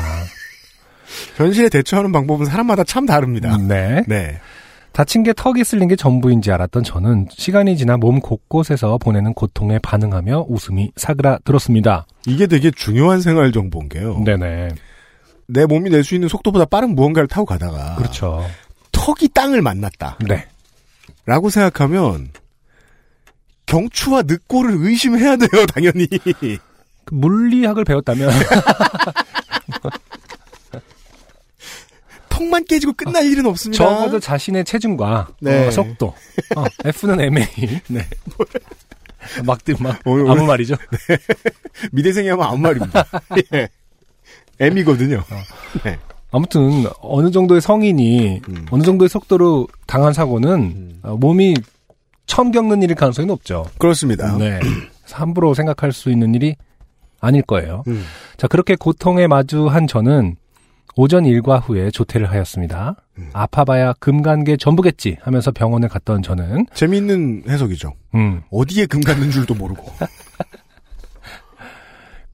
A: 현실에 대처하는 방법은 사람마다 참 다릅니다.
B: 네.
A: 네.
B: 다친 게 턱이 쓸린 게 전부인지 알았던 저는 시간이 지나 몸 곳곳에서 보내는 고통에 반응하며 웃음이 사그라들었습니다.
A: 이게 되게 중요한 생활 정보인 게요.
B: 네네.
A: 내 몸이 낼 수 있는 속도보다 빠른 무언가를 타고 가다가
B: 그렇죠.
A: 턱이 땅을 만났다.
B: 네.
A: 라고 생각하면 경추와 늑골을 의심해야 돼요, 당연히.
B: 그 물리학을 배웠다면
A: 턱만 깨지고 끝날 일은 없습니다.
B: 적어도 자신의 체중과
A: 네.
B: 어, 속도. 어, F는 MA. 네. 막들 막
A: 오늘-
B: 아무
A: 오늘- 네.
B: 말이죠.
A: 미대생이 하면 아무 말입니다. 예. M이거든요. 네.
B: 아무튼 어느 정도의 성인이
A: 음.
B: 어느 정도의 속도로 당한 사고는 어, 몸이 처음 겪는 일일 가능성이 높죠.
A: 그렇습니다.
B: 네. 그래서 함부로 생각할 수 있는 일이 아닐 거예요. 자, 그렇게 고통에 마주한 저는 오전 일과 후에 조퇴를 하였습니다. 아파봐야 금간게 전부겠지 하면서 병원에 갔던 저는
A: 재미있는 해석이죠.
B: 음.
A: 어디에 금 갔는 줄도 모르고.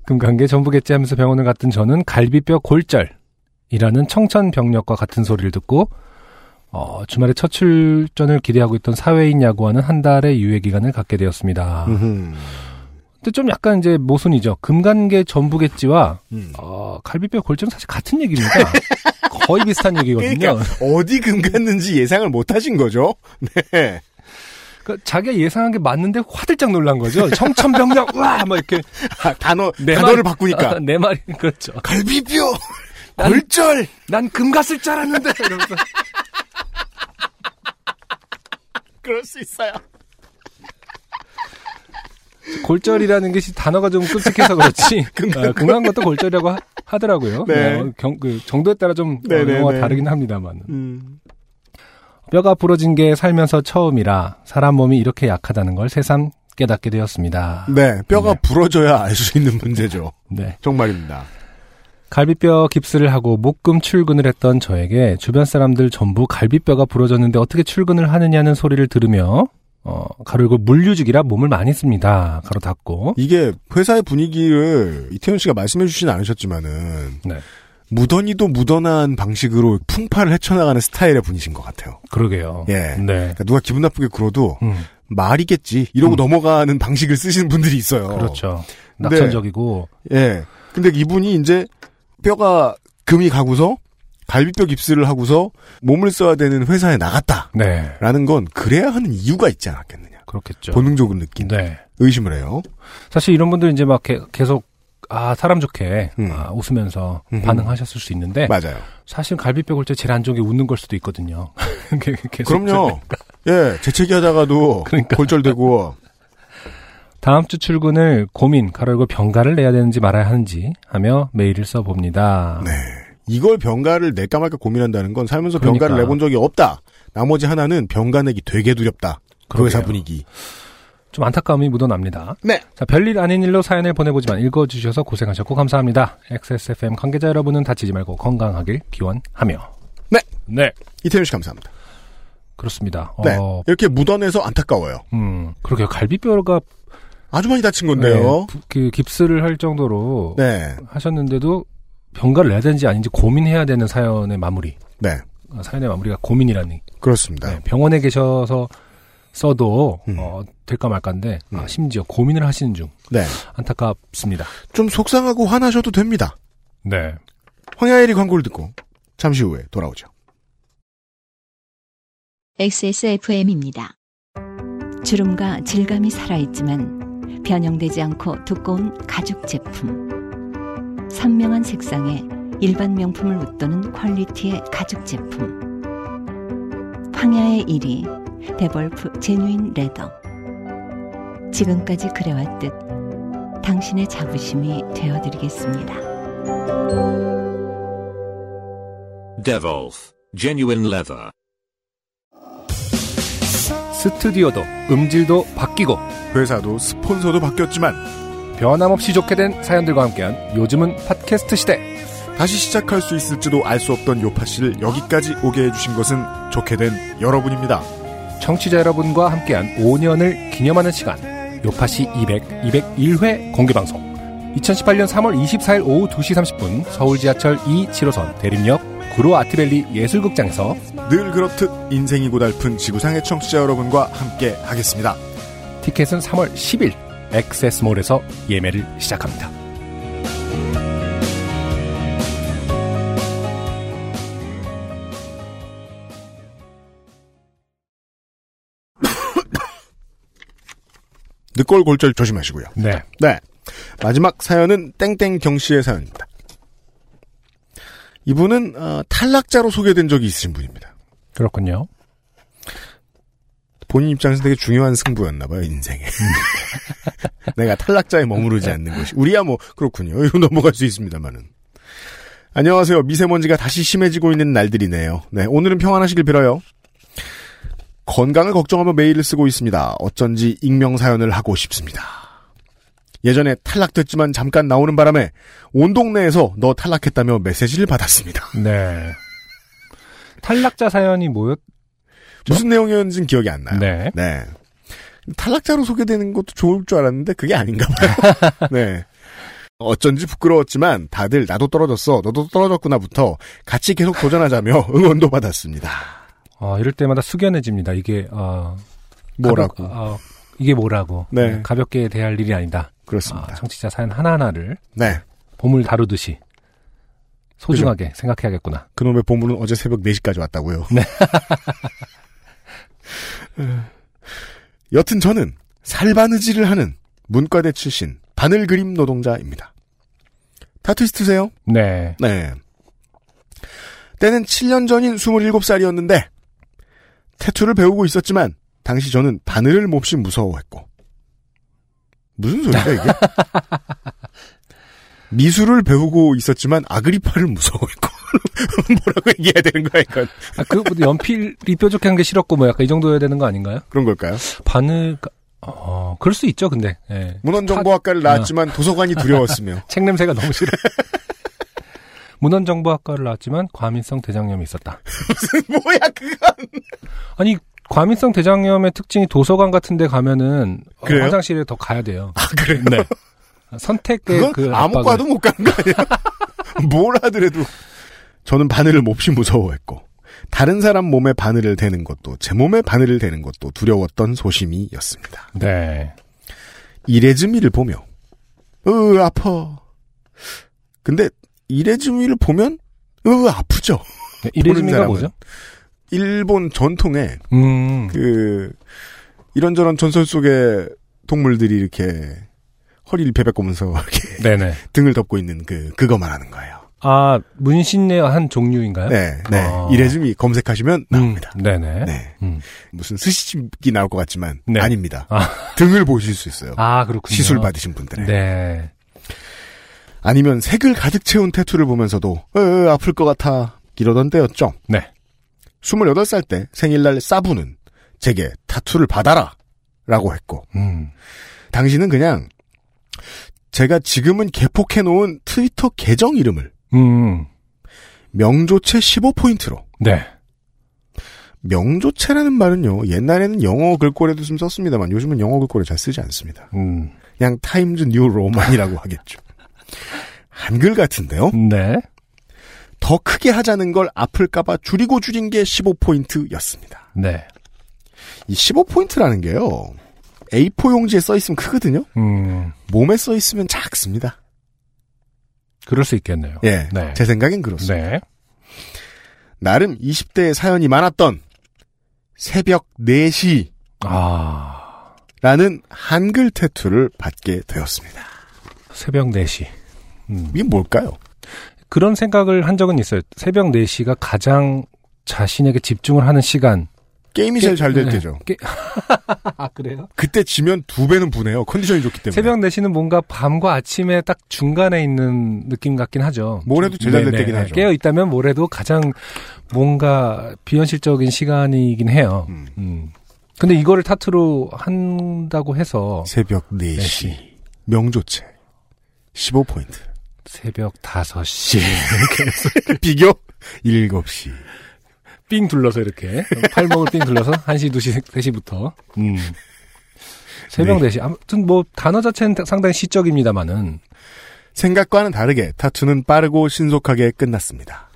B: 금간게 전부겠지 하면서 병원을 갔던 저는 갈비뼈 골절이라는 청천벽력과 같은 소리를 듣고 어, 주말에 첫 출전을 기대하고 있던 사회인 야구와는 한 달의 유예 기간을 갖게 되었습니다.
A: 음.
B: 근데 좀 약간 이제 모순이죠. 금간계 전부겠지와
A: 음.
B: 어, 갈비뼈 골절은 사실 같은 얘기입니다. 거의 비슷한 얘기거든요.
A: 그러니까 어디 금 갔는지 예상을 못 하신 거죠. 네.
B: 그러니까 자기가 예상한 게 맞는데 화들짝 놀란 거죠. 청천벽력 와 막 이렇게
A: 아,
B: 네
A: 단어 단어를 바꾸니까.
B: 내 말이 그렇죠.
A: 갈비뼈
B: 난-
A: 골절
B: 난 금갔을 줄 알았는데 이러면서
A: 그럴 수 있어요.
B: 골절이라는 게 시- 단어가 좀 끔찍해서 그렇지
A: 금간-
B: 어, 금간 것도 골절이라고 하, 하더라고요.
A: 네.
B: 어, 경- 그 정도에 따라 좀 어,
A: 네, 네,
B: 용어가
A: 네.
B: 다르긴 합니다만 뼈가 부러진 게 살면서 처음이라 사람 몸이 이렇게 약하다는 걸 새삼 깨닫게 되었습니다.
A: 네, 뼈가 부러져야 알 수 있는 문제죠.
B: 네.
A: 정말입니다.
B: 갈비뼈 깁스를 하고 목금 출근을 했던 저에게 주변 사람들 전부 갈비뼈가 부러졌는데 어떻게 출근을 하느냐는 소리를 들으며 어, 가로고 물류직이라 몸을 많이 씁니다. 가로 닫고
A: 이게 회사의 분위기를 이태현 씨가 말씀해 주진 않으셨지만은
B: 네.
A: 무던이도 무던한 방식으로 풍파를 헤쳐나가는 스타일의 분이신 것 같아요.
B: 그러게요.
A: 예.
B: 네.
A: 그러니까 누가 기분 나쁘게 굴어도
B: 음.
A: 말이겠지 이러고 넘어가는 방식을 쓰시는 분들이 있어요.
B: 그렇죠.
A: 네.
B: 낙천적이고
A: 예. 근데 이분이 이제 뼈가 금이 가고서 갈비뼈 깁스를 하고서 몸을 써야 되는 회사에 나갔다라는
B: 네.
A: 건 그래야 하는 이유가 있지 않았겠느냐.
B: 그렇겠죠.
A: 본능적으로 느낀
B: 네.
A: 의심을 해요.
B: 사실 이런 분들 이제 막 개- 계속 아 사람 좋게 아, 웃으면서 반응하셨을 수 있는데
A: 음. 맞아요.
B: 사실 갈비뼈 골절 제일 안 좋은 게 웃는 걸 수도 있거든요. 계속
A: 그럼요.
B: 그러니까.
A: 예, 재채기 하다가도 골절되고
B: 다음 주 출근을 고민 가로고 병가를 내야 되는지 말아야 하는지 하며 메일을 써봅니다.
A: 네. 이걸 병가를 낼까 말까 고민한다는 건 살면서 병가를
B: 그러니까.
A: 내본 적이 없다. 나머지 하나는 병가 내기 되게 두렵다. 그 회사
B: 그러게요.
A: 분위기.
B: 좀 안타까움이 묻어납니다.
A: 네.
B: 자, 별일 아닌 일로 사연을 보내보지만 읽어주셔서 고생하셨고 감사합니다. XSFM 관계자 여러분은 다치지 말고 건강하길 기원하며.
A: 네.
B: 네.
A: 이태현 씨 감사합니다.
B: 그렇습니다.
A: 네.
B: 어,
A: 이렇게 묻어내서 안타까워요.
B: 음, 그러게요. 갈비뼈가
A: 아주 많이 다친 건데요.
B: 네, 부- 그 깁스를 할 정도로
A: 네.
B: 하셨는데도 병가를 내야 되는지 아닌지 고민해야 되는 사연의 마무리.
A: 네.
B: 아, 사연의 마무리가 고민이라니.
A: 그렇습니다.
B: 네, 병원에 계셔서 써도 어, 될까 말까인데 아, 심지어 고민을 하시는 중
A: 네.
B: 안타깝습니다.
A: 좀 속상하고 화나셔도 됩니다.
B: 네.
A: 황야일이 광고를 듣고 잠시 후에 돌아오죠.
I: XSFM입니다. 주름과 질감이 살아있지만 변형되지 않고 두꺼운 가죽 제품. 선명한 색상에 일반 명품을 웃도는 퀄리티의 가죽 제품. 황야의 1위 데볼프 제뉴인 레더. 지금까지 그래왔듯 당신의 자부심이 되어드리겠습니다.
M: Devolf. Genuine leather.
B: 스튜디오도 음질도 바뀌고
A: 회사도 스폰서도 바뀌었지만
B: 변함없이 좋게 된 사연들과 함께한 요즘은 팟캐스트 시대
A: 다시 시작할 수 있을지도 알 수 없던 요파 씨를 여기까지 오게 해주신 것은 좋게 된 여러분입니다.
B: 청취자 여러분과 함께한 5년을 기념하는 시간 요파시 200 201회 공개방송 2018년 3월 24일 오후 2시 30분 서울 지하철 2 7호선 대림역 구로 아트밸리 예술극장에서
A: 늘 그렇듯 인생이 고달픈 지구상의 청취자 여러분과 함께 하겠습니다.
B: 티켓은 3월 10일 엑세스몰에서 예매를 시작합니다.
A: 늑골 골절 조심하시고요.
B: 네.
A: 네. 마지막 사연은 땡땡경 씨의 사연입니다. 이분은 어, 탈락자로 소개된 적이 있으신 분입니다.
B: 그렇군요.
A: 본인 입장에서 되게 중요한 승부였나봐요, 인생에. 내가 탈락자에 머무르지 않는 것이. 우리야 뭐, 그렇군요. 이로 넘어갈 수 있습니다만은. 안녕하세요. 미세먼지가 다시 심해지고 있는 날들이네요. 네, 오늘은 평안하시길 빌어요. 건강을 걱정하며 메일을 쓰고 있습니다. 어쩐지 익명 사연을 하고 싶습니다. 예전에 탈락됐지만 잠깐 나오는 바람에 온 동네에서 너 탈락했다며 메시지를 받았습니다.
B: 네. 탈락자 사연이 뭐였?
A: 무슨 내용이었는지는 기억이 안 나요. 네. 탈락자로 소개되는 것도 좋을 줄 알았는데 그게 아닌가 봐요. 네. 어쩐지 부끄러웠지만 다들 나도 떨어졌어, 너도 떨어졌구나부터 같이 계속 도전하자며 응원도 받았습니다.
B: 아, 이럴 때마다 숙연해집니다. 이게 아
A: 뭐라고?
B: 가볍- 아, 이게 뭐라고?
A: 네.
B: 네, 가볍게 대할 일이 아니다.
A: 그렇습니다.
B: 아, 청취자 사연 하나하나를
A: 네.
B: 보물 다루듯이 소중하게
A: 그죠?
B: 생각해야겠구나.
A: 그놈의 보물은 어제 새벽 4시까지 왔다고요.
B: 네.
A: 여튼 저는 살바느질을 하는 문과대 출신 바늘 그림 노동자입니다. 타투이스트세요?
B: 네.
A: 네. 때는 7년 전인 27살이었는데 태투를 배우고 있었지만 당시 저는 바늘을 몹시 무서워했고 무슨 소리야 이게? 미술을 배우고 있었지만 아그리파를 무서워했고 뭐라고 얘기해야 되는 거야 이건?
B: 아, 그 연필이 뾰족한 게 싫었고 뭐 약간 이 정도여야 되는 거 아닌가요?
A: 그런 걸까요?
B: 바늘 어, 그럴 수 있죠. 근데. 예.
A: 문헌정보학과를 나왔지만 도서관이 두려웠으며
B: 책 냄새가 너무 싫어. 문헌정보학과를 나왔지만 과민성 대장염이 있었다.
A: 뭐야 그건?
B: 아니 과민성 대장염의 특징이 도서관 같은데 가면은 어,
A: 그래요?
B: 화장실에 더 가야 돼요. 아
A: 그래요?
B: 네. 선택의
A: 그건
B: 그
A: 아무
B: 압박을-
A: 과도 못 가는 거 아니에요? 뭘 하더라도. 저는 바늘을 몹시 무서워했고, 다른 사람 몸에 바늘을 대는 것도, 제 몸에 바늘을 대는 것도 두려웠던 소심이였습니다.
B: 네.
A: 이레즈미를 보며, 으, 아파. 근데, 이레즈미를 보면, 으, 아프죠?
B: 네, 이레즈미가
A: 보는 사람은.
B: 뭐죠?
A: 일본 전통에,
B: 음.
A: 그, 이런저런 전설 속에 동물들이 이렇게, 허리를 베베꼬면서 이렇게
B: 네네.
A: 등을 덮고 있는 그, 그거 말하는 거예요.
B: 아 문신의 한 종류인가요?
A: 네, 네.
B: 아. 음.
A: 이레즈미 검색하시면 나옵니다.
B: 네네.
A: 네.
B: 음.
A: 무슨 스시집이 나올 것 같지만
B: 네.
A: 아닙니다.
B: 아.
A: 등을 보실 수 있어요.
B: 아, 그렇군요.
A: 시술 받으신 분들의.
B: 네.
A: 아니면 색을 가득 채운 태투를 보면서도 으, 아플 것 같아 이러던 때였죠.
B: 네.
A: 28살 때 생일날 사부는 제게 타투를 받아라 라고 했고
B: 음.
A: 당신은 그냥 제가 지금은 개폭해놓은 트위터 계정 이름을
B: 음.
A: 명조체 15포인트로
B: 네.
A: 명조체라는 말은요, 옛날에는 영어 글꼴에도 좀 썼습니다만, 요즘은 영어 글꼴에 잘 쓰지 않습니다.
B: 음.
A: 그냥 타임즈 뉴 로만이라고 하겠죠. 한글 같은데요?
B: 네.
A: 더 크게 하자는 걸 아플까봐 줄이고 줄인 게 15포인트였습니다.
B: 네.
A: 이 15포인트라는 게요, A4 용지에 써있으면 크거든요?
B: 음.
A: 몸에 써있으면 작습니다.
B: 그럴 수 있겠네요.
A: 예.
B: 네.
A: 제 생각엔 그렇습니다.
B: 네.
A: 나름 20대의 사연이 많았던 새벽 4시.
B: 아,
A: 라는 한글 태투를 받게 되었습니다.
B: 새벽 4시. 음.
A: 이게 뭘까요?
B: 그런 생각을 한 적은 있어요. 새벽 4시가 가장 자신에게 집중을 하는 시간.
A: 게임이
B: 게-
A: 제일 잘 될
B: 네.
A: 때죠.
B: 게- 아, 그래요?
A: 그때 지면 두 배는 분해요. 컨디션이 좋기 때문에.
B: 새벽 4시는 뭔가 밤과 아침에 딱 중간에 있는 느낌 같긴 하죠.
A: 모레도 제일 잘
B: 네네.
A: 될 때긴 하죠.
B: 깨어 있다면 모레도 가장 뭔가 비현실적인 시간이긴 해요. 음. 근데 이거를 타투로 한다고 해서
A: 새벽 4시. 명조체. 15포인트.
B: 새벽 5시.
A: 비교 7시.
B: 삥 둘러서 이렇게 팔목을 삥 둘러서 1시, 2시, 3시부터 음. 새벽
A: 네.
B: 4시. 아무튼 뭐 단어 자체는 상당히 시적입니다만은
A: 생각과는 다르게 타투는 빠르고 신속하게 끝났습니다.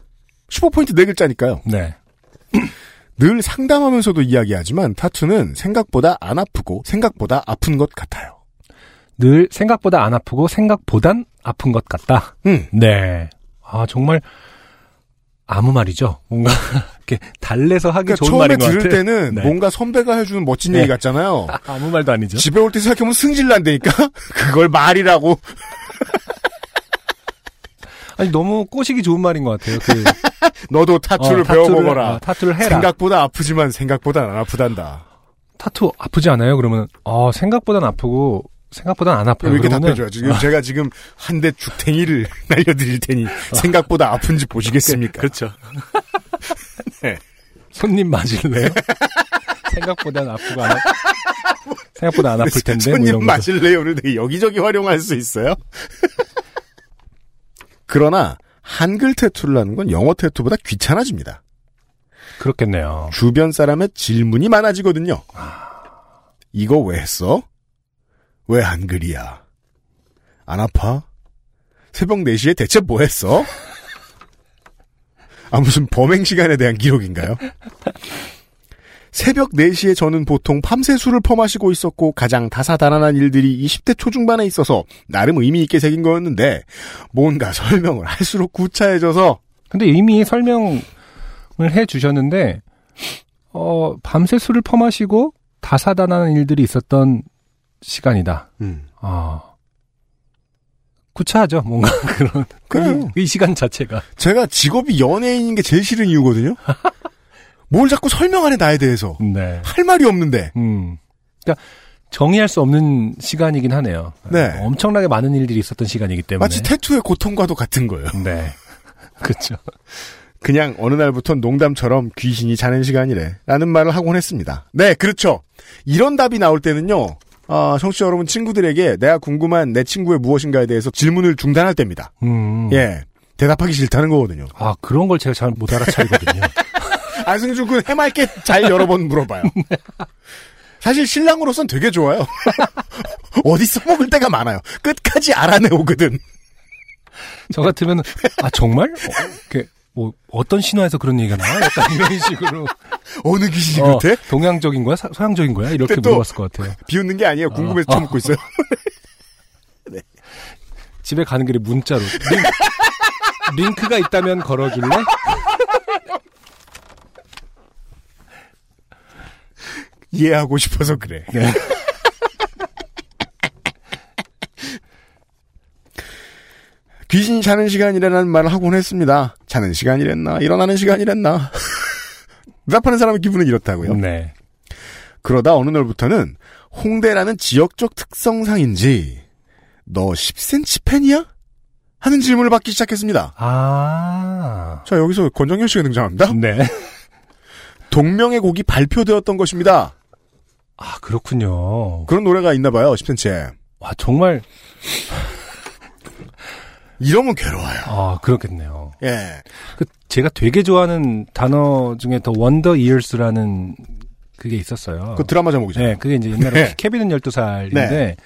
A: 15포인트 네 글자니까요.
B: 네.
A: 늘 상담하면서도 이야기하지만 타투는 생각보다 안 아프고 생각보다 아픈 것 같아요.
B: 늘 생각보다 안 아프고 생각보단 아픈 것 같다.
A: 음.
B: 네. 아 정말 아무 말이죠. 뭔가 이렇게 달래서 하기
A: 그러니까
B: 좋은
A: 처음에
B: 말인 것
A: 들을
B: 같아요.
A: 때는
B: 네.
A: 뭔가 선배가 해주는 멋진
B: 네.
A: 얘기 같잖아요.
B: 아무 말도 아니죠.
A: 집에 올 때 생각해보면 승질 난다니까? 그걸 말이라고.
B: 아니 너무 꼬시기 좋은 말인 것 같아요. 그
A: 너도 타투를
B: 어,
A: 배워먹어라.
B: 어, 타투를 해라.
A: 생각보다 아프지만 생각보다 안 아프단다.
B: 타투 아프지 않아요? 그러면 어 생각보단 아프고 생각보단 안 아파요.
A: 이렇게
B: 그러면은-
A: 답해줘야죠. 지금 제가 지금 한 대 죽탱이를 날려드릴 테니 생각보다 아픈지 보시겠습니까?
B: 아. 그렇죠.
A: 네.
B: 손님 맞을래요? 생각보단 아프고 안 아... 생각보다 안 아플 텐데 뭐
A: 손님
B: 이런 거.
A: 맞을래요를 되게 여기저기 활용할 수 있어요. 그러나 한글 태투를 하는 건 영어 태투보다 귀찮아집니다.
B: 그렇겠네요.
A: 주변 사람의 질문이 많아지거든요. 이거 왜 했어? 왜 안 그리야? 안 아파? 새벽 4시에 대체 뭐 했어? 아, 무슨 범행 시간에 대한 기록인가요? 새벽 4시에 저는 보통 밤새 술을 퍼마시고 있었고 가장 다사다난한 일들이 20대 초중반에 있어서 나름 의미 있게 새긴 거였는데 뭔가 설명을 할수록 구차해져서
B: 근데 이미 설명을 해 주셨는데 어, 밤새 술을 퍼마시고 다사다난한 일들이 있었던 시간이다.
A: 음.
B: 아. 구차하죠, 뭔가 그런
A: 그래요.
B: 이 시간 자체가
A: 제가 직업이 연예인인 게 제일 싫은 이유거든요. 뭘 자꾸 설명하네 나에 대해서.
B: 네.
A: 할 말이 없는데.
B: 음. 그러니까 정의할 수 없는 시간이긴 하네요.
A: 네.
B: 엄청나게 많은 일들이 있었던 시간이기 때문에
A: 마치 태투의 고통과도 같은 거예요.
B: 네. 그렇죠.
A: 그냥 어느 날부터 농담처럼 귀신이 자는 시간이래. 라는 말을 하곤 했습니다. 네, 그렇죠. 이런 답이 나올 때는요. 아, 청취자 여러분 친구들에게 내가 궁금한 내 친구의 무엇인가에 대해서 질문을 중단할 때입니다.
B: 음.
A: 예. 대답하기 싫다는 거거든요.
B: 아, 그런 걸 제가 잘 못 알아차리거든요.
A: 안승준 군 해맑게 잘 여러 번 물어봐요. 사실 신랑으로선 되게 좋아요. 어디 써먹을 때가 많아요. 끝까지 알아내오거든.
B: 저 같으면 아 정말 어, 이렇게 뭐 어떤 신화에서 그런 얘기가 나와? 약간 이런 식으로
A: 어느 귀신이
B: 그렇대? 동양적인 거야? 서- 서양적인 거야? 이렇게
A: 근데 또
B: 물어봤을 것 같아요.
A: 비웃는 게 아니에요. 궁금해서
B: 어.
A: 처먹고 있어요.
B: 집에 가는 길에 문자로 링, 크가 있다면 걸어줄래?
A: 이해하고 싶어서 그래.
B: 네.
A: 귀신 자는 시간이라는 말을 하곤 했습니다. 자는 시간이랬나? 일어나는 시간이랬나? 대답하는 사람의 기분은 이렇다고요.
B: 네.
A: 그러다 어느 날부터는 홍대라는 지역적 특성상인지 너 10cm 팬이야? 하는 질문을 받기 시작했습니다.
B: 아.
A: 자, 여기서 권정현 씨가 등장합니다.
B: 네.
A: 동명의 곡이 발표되었던 것입니다.
B: 아, 그렇군요.
A: 그런 노래가 있나 봐요, 10cm.
B: 와, 정말.
A: 이러면 괴로워요.
B: 아, 그렇겠네요.
A: 예.
B: 그 제가 되게 좋아하는 단어 중에 더 원더 이어스라는 그게 있었어요.
A: 그 드라마 제목이죠.
B: 네, 그게 이제 옛날에
A: 네.
B: 케빈은 12살인데
A: 네.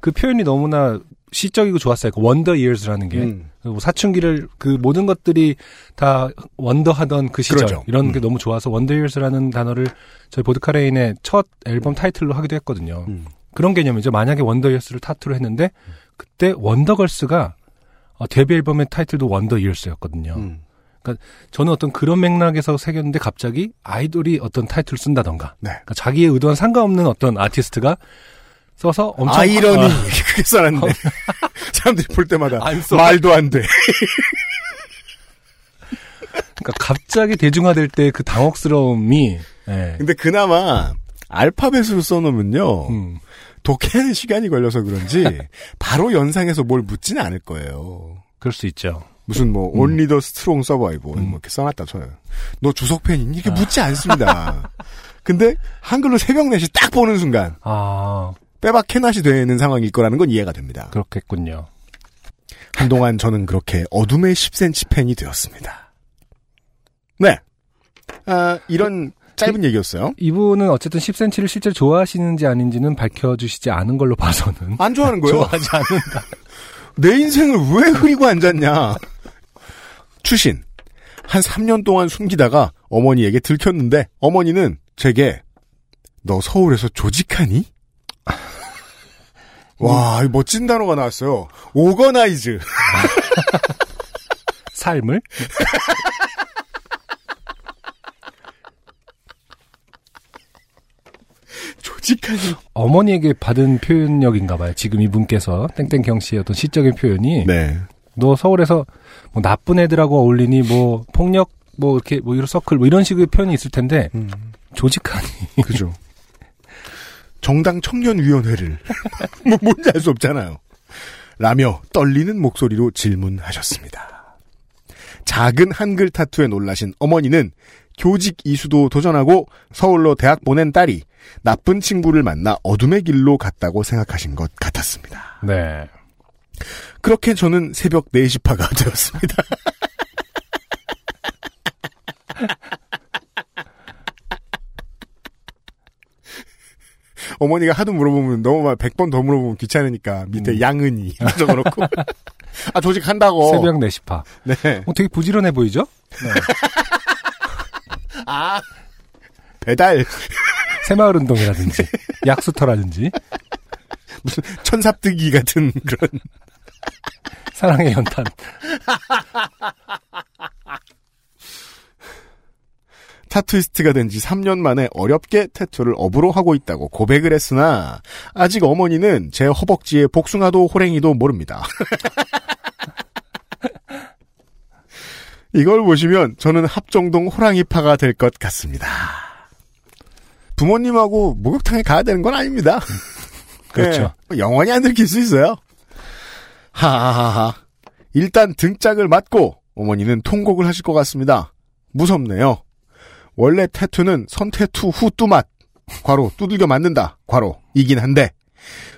B: 그 표현이 너무나 시적이고 좋았어요. 그 원더 이어스라는 게.
A: 음.
B: 그뭐 사춘기를 그 모든 것들이 다 원더하던 그 시절
A: 그러죠. 음.
B: 이런 게 너무 좋아서 원더 이어스라는 단어를 저희 보드카레인의 첫 앨범 타이틀로 하기도 했거든요.
A: 음.
B: 그런 개념이죠. 만약에 원더 이어스를 타투로 했는데 그때 원더걸스가 어, 데뷔 앨범의 타이틀도 원더 이어스였거든요.
A: 음.
B: 그러니까 저는 어떤 그런 맥락에서 새겼는데 갑자기 아이돌이 어떤 타이틀을 쓴다던가
A: 네.
B: 그러니까 자기의 의도와 상관없는 어떤 아티스트가 써서 엄청
A: 아이러니.
B: 아,
A: 그게 써놨네. 사람들이 볼 때마다.
B: 안 써.
A: 말도 안 돼.
B: 그러니까 갑자기 대중화될 때 그 당혹스러움이 예.
A: 근데 그나마 알파벳으로 써놓으면요.
B: 음.
A: 독해하는 시간이 걸려서 그런지 바로 연상해서 뭘 묻지는 않을 거예요.
B: 그럴 수 있죠.
A: 무슨 뭐 only the strong survive 뭐 이렇게 써놨다 쳐요. 너 주석 팬이니? 이렇게 묻지 않습니다. 근데 한글로 새벽 4시 딱 보는 순간
B: 아
A: 빼박 캐낫이 되는 상황일 거라는 건 이해가 됩니다.
B: 그렇겠군요.
A: 한동안 저는 그렇게 어둠의 10cm 팬이 되었습니다. 네. 아, 이런 짧은 얘기였어요.
B: 이분은 어쨌든 10cm를 실제로 좋아하시는지 아닌지는 밝혀주시지 않은 걸로 봐서는
A: 안 좋아하는 거예요?
B: 좋아하지 않는다.
A: 내 인생을 왜 흐리고 앉았냐. 추신. 한 3년 동안 숨기다가 어머니에게 들켰는데 어머니는 제게 너 서울에서 조직하니? 와, 이 멋진 단어가 나왔어요. 오거나이즈.
B: 삶을
A: 조직하니.
B: 어머니에게 받은 표현력인가 봐요. 지금 이분께서 땡땡경 씨의 어떤 시적인 표현이
A: 네.
B: 너 서울에서 뭐 나쁜 애들하고 어울리니 뭐 폭력 뭐 이렇게 뭐 이런 서클 뭐 이런 식의 표현이 있을 텐데 조직하니
A: 그죠. 정당 청년위원회를 뭐 뭔지 알 수 없잖아요. 라며 떨리는 목소리로 질문하셨습니다. 작은 한글 타투에 놀라신 어머니는 교직 이수도 도전하고 서울로 대학 보낸 딸이 나쁜 친구를 만나 어둠의 길로 갔다고 생각하신 것 같았습니다.
B: 네.
A: 그렇게 저는 새벽 4시파가 되었습니다. 어머니가 하도 물어보면 너무 막 100번 더 물어보면 귀찮으니까 밑에
B: 음.
A: 양은이 적어놓고 아 조직한다고
B: 새벽 4시 파.
A: 네.
B: 어, 되게 부지런해 보이죠?
A: 아 배달
B: 새마을 운동이라든지 약수터라든지
A: 무슨 천삽뜨기 같은 그런
B: 사랑의 연탄.
A: 타투이스트가 된 지 3년 만에 어렵게 태투를 업으로 하고 있다고 고백을 했으나 아직 어머니는 제 허벅지에 복숭아도 호랭이도 모릅니다. 이걸 보시면 저는 합정동 호랑이파가 될 것 같습니다. 부모님하고 목욕탕에 가야 되는 건 아닙니다.
B: 그렇죠.
A: 네, 영원히 안 들킬 수 있어요. 하하하하. 일단 등짝을 맞고 어머니는 통곡을 하실 것 같습니다. 무섭네요. 원래 태투는 선태투 후 뚜맛 과로 두들겨 맞는다 과로 이긴 한데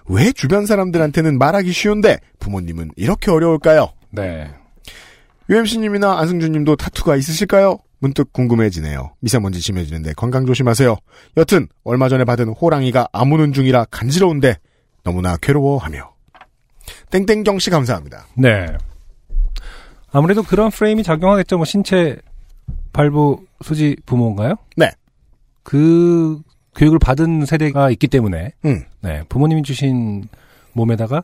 A: 왜 주변 사람들한테는 말하기 쉬운데 부모님은 이렇게 어려울까요?
B: 네.
A: UMC님이나 안승준님도 타투가 있으실까요? 문득 궁금해지네요. 미세먼지 심해지는데 건강 조심하세요. 여튼 얼마 전에 받은 호랑이가 아무는 중이라 간지러운데 너무나 괴로워하며 땡땡경 씨 감사합니다.
B: 네. 아무래도 그런 프레임이 작용하겠죠. 뭐 신체 발부 수지 부모인가요?
A: 네.
B: 그 교육을 받은 세대가 있기 때문에
A: 음.
B: 네 부모님이 주신 몸에다가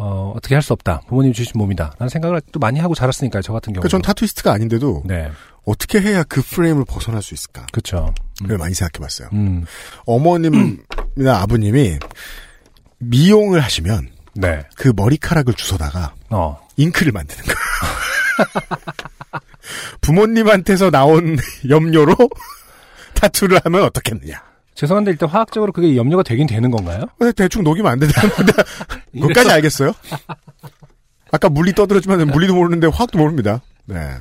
B: 어, 어떻게 할 수 없다. 부모님이 주신 몸이다. 라는 생각을 또 많이 하고 자랐으니까요. 저 같은 경우.
A: 그전 타투이스트가 아닌데도
B: 네.
A: 어떻게 해야 그 프레임을 벗어날 수 있을까?
B: 그렇죠.
A: 를 많이 생각해봤어요.
B: 음.
A: 어머님이나 아버님이 미용을 하시면
B: 네.
A: 그 머리카락을 주워다가
B: 어.
A: 잉크를 만드는 거예요. 부모님한테서 나온 염려로 타투를 하면 어떻겠느냐.
B: 죄송한데 일단 화학적으로 그게 염려가 되긴 되는 건가요?
A: 근데 대충 녹이면 안 된다는 건데 그것까지 알겠어요? 아까 물리 떠들었지만 물리도 모르는데 화학도 모릅니다. 네.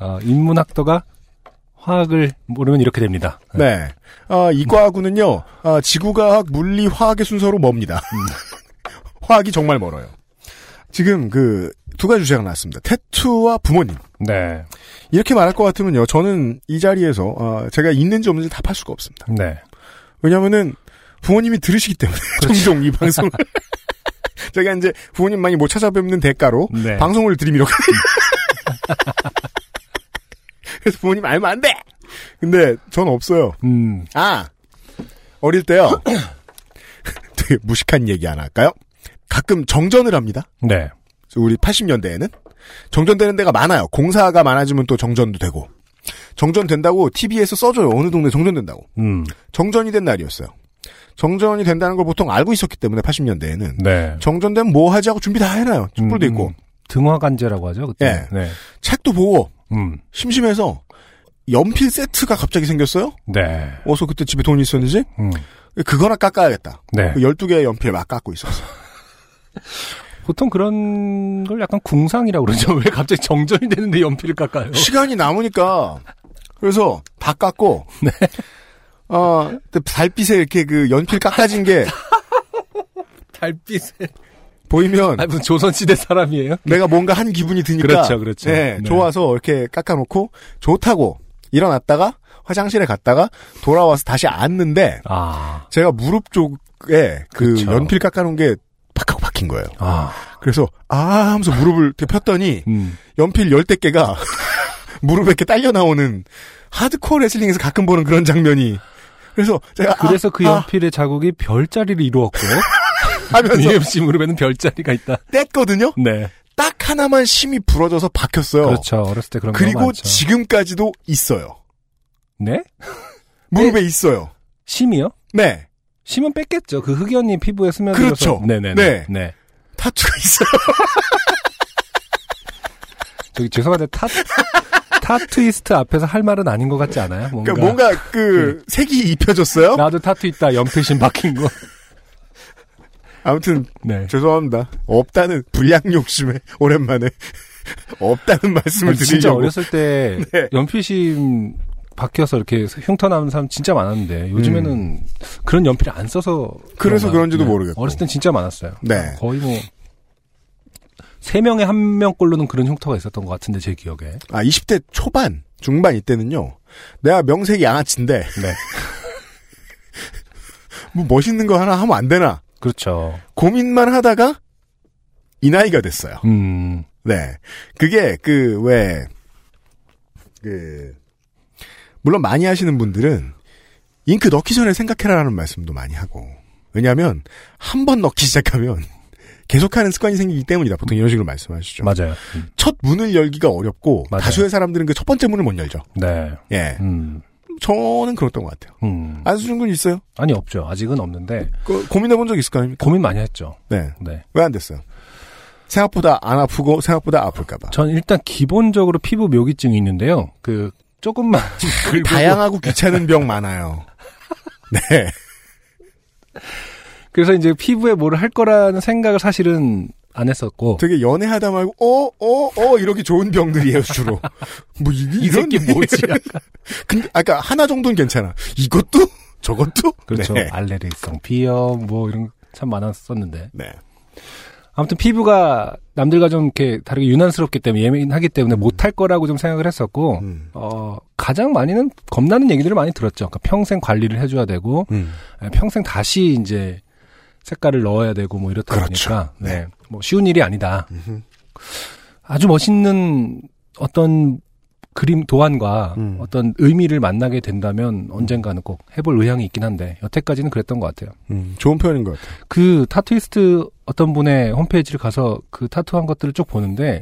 B: 어, 인문학도가 화학을 모르면 이렇게 됩니다.
A: 네. 아, 이과학은요, 아, 지구과학, 물리, 화학의 순서로 멉니다. 화학이 정말 멀어요. 지금 그, 두 가지 주제가 나왔습니다. 태투와 부모님.
B: 네.
A: 이렇게 말할 것 같으면요, 저는 이 자리에서, 아, 제가 있는지 없는지 다 팔 수가 없습니다.
B: 네.
A: 왜냐면은, 부모님이 들으시기 때문에, 종종 이 방송을. 제가 이제 부모님 많이 못 찾아뵙는 대가로,
B: 네.
A: 방송을 드리미러 가 그래서 부모님 알면 안 돼! 근데, 전 없어요.
B: 음.
A: 아 어릴 때요 되게 무식한 얘기 하나 할까요? 가끔 정전을 합니다.
B: 네.
A: 그래서 우리 80년대에는 정전되는 데가 많아요. 공사가 많아지면 또 정전도 되고 정전된다고 TV에서 써줘요. 어느 동네 정전된다고
B: 음.
A: 정전이 된 날이었어요. 정전이 된다는 걸 보통 알고 있었기 때문에 80년대에는
B: 네.
A: 정전되면 뭐 하지 하고 준비 다 해놔요. 촛불도
B: 음,
A: 있고
B: 음. 등화관제라고 하죠. 그때.
A: 예.
B: 네.
A: 책도 보고
B: 음.
A: 심심해서 연필 세트가 갑자기 생겼어요.
B: 네.
A: 어서 그때 집에 돈이 있었는지
B: 음.
A: 그거나 깎아야겠다.
B: 네.
A: 그 12개의 연필을 막 깎고 있었어.
B: 보통 그런 걸 약간 궁상이라고 그러죠. 왜 갑자기 정전이 되는데 연필을 깎아요?
A: 시간이 남으니까. 그래서 다 깎고.
B: 네.
A: 어, 근데 달빛에 이렇게 그 연필 깎아진 게
B: 달빛에.
A: 보이면
B: 아, 무슨 조선시대 사람이에요?
A: 내가 뭔가 한 기분이 드니까.
B: 그렇죠, 그렇죠.
A: 네,
B: 네.
A: 좋아서 이렇게 깎아놓고 좋다고 일어났다가 화장실에 갔다가 돌아와서 다시 앉는데
B: 아.
A: 제가 무릎 쪽에 그
B: 그쵸.
A: 연필 깎아놓은 게 팍하고 박힌 거예요.
B: 아.
A: 그래서 아 하면서 무릎을 이렇게 폈더니
B: 음.
A: 연필 열대 개가 무릎에 이렇게 딸려 나오는 하드코어 레슬링에서 가끔 보는 그런 장면이 그래서 제가 아,
B: 그래서 그
A: 아,
B: 연필의 자국이 별자리를 이루었고
A: 하면서
B: UMC 무릎에는 별자리가 있다.
A: 뗐거든요.
B: 네.
A: 딱 하나만 심이 부러져서 박혔어요.
B: 그렇죠. 어렸을 때 그런 거
A: 리고
B: 많죠.
A: 지금까지도 있어요.
B: 네?
A: 무릎에 있어요.
B: 심이요?
A: 네.
B: 심은 뺐겠죠. 그 흑연님 피부에 스며들어서.
A: 그렇죠.
B: 네네네.
A: 네.
B: 네.
A: 타투가 있어요.
B: 저기 죄송한데 타 타투이스트 앞에서 할 말은 아닌 것 같지 않아요? 뭔가,
A: 그러니까 뭔가 그 색이 입혀졌어요.
B: 나도 타투 있다. 연필심 박힌 거.
A: 아무튼
B: 네.
A: 죄송합니다. 없다는 불량 욕심에 오랜만에 없다는 말씀을
B: 아니, 진짜
A: 드리려고
B: 어렸을 때
A: 네.
B: 연필심 박혀서 이렇게 흉터 남은 사람 진짜 많았는데 요즘에는 그런 연필을 안 써서
A: 음.
B: 그런가.
A: 그래서
B: 네.
A: 그런지도 모르겠고.
B: 어렸을 땐 진짜 많았어요.
A: 네.
B: 거의 뭐. 세 명에 한 명꼴로는 그런 흉터가 있었던 것 같은데 제 기억에.
A: 아 20대 초반 중반 이때는요. 내가 명색이 양아치인데
B: 네.
A: 뭐 멋있는 거 하나 하면 안 되나?
B: 그렇죠.
A: 고민만 하다가 이 나이가 됐어요.
B: 음.
A: 네. 그게 그 왜 그, 물론 많이 하시는 분들은 잉크 넣기 전에 생각해라라는 말씀도 많이 하고. 왜냐하면 한 번 넣기 시작하면 계속하는 습관이 생기기 때문이다. 보통 이런 식으로 말씀하시죠.
B: 맞아요.
A: 첫 문을 열기가 어렵고 다수의 사람들은 그 첫 번째 문을 못 열죠.
B: 네.
A: 예.
B: 음.
A: 저는 그랬던 것 같아요.
B: 음.
A: 안수준 군 있어요? 그
B: 아니 없죠. 아직은 없는데
A: 고민해 본 적 있을 거 아닙니까?
B: 고민 많이 했죠.
A: 네.
B: 네.
A: 왜 안 됐어요? 생각보다 안 아프고 생각보다 아플까봐.
B: 전 일단 기본적으로 피부 묘기증이 있는데요. 그 조금만 그 긁어도-
A: 그 다양하고 귀찮은 병 많아요. 네.
B: 그래서 이제 피부에 뭐를 할 거라는 생각을 사실은 안 했었고
A: 되게 연애하다 말고 어 어 어 이렇게 좋은 병들이에요 주로. 뭐 이,
B: 이 새끼 뭐지?
A: 근데 아까 하나 정도는 괜찮아. 이것도 저것도
B: 그렇죠.
A: 네.
B: 알레르기성 비염 뭐 이런 거참 많았었는데.
A: 네.
B: 아무튼 피부가 남들과 좀 이렇게 다르게 유난스럽기 때문에 예민하기 때문에 못할 거라고 좀 생각을 했었고 어 가장 많이는 겁나는 얘기들을 많이 들었죠. 그러니까 평생 관리를 해줘야 되고 에, 평생 다시 이제 색깔을 넣어야 되고 뭐 이렇다 보니까 네. 뭐 쉬운 일이 아니다. 아주 멋있는 어떤 그림 도안과
A: 음.
B: 어떤 의미를 만나게 된다면 언젠가는 꼭 해볼 의향이 있긴 한데 여태까지는 그랬던 것 같아요.
A: 음, 좋은 표현인 것 같아요.
B: 그 타투이스트 어떤 분의 홈페이지를 가서 그 타투한 것들을 쭉
A: 음.
B: 보는데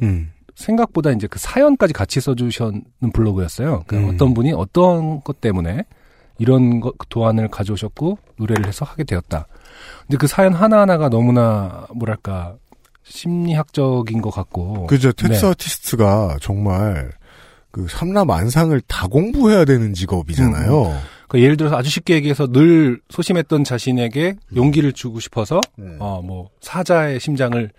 B: 생각보다 이제 그 사연까지 같이 써주시는 블로그였어요. 그
A: 음.
B: 어떤 분이 어떤 것 때문에 이런 것, 도안을 가져오셨고 노래를 해서 하게 되었다. 근데 그 사연 하나 하나가 너무나 뭐랄까 심리학적인 것 같고
A: 그죠. 텍스
B: 네.
A: 아티스트가 정말 그 삼남 안상을 다 공부해야 되는 직업이잖아요.
B: 그 예를 들어서 아주 쉽게 얘기해서 늘 소심했던 자신에게 용기를 주고 싶어서
A: 네.
B: 어 뭐 사자의 심장을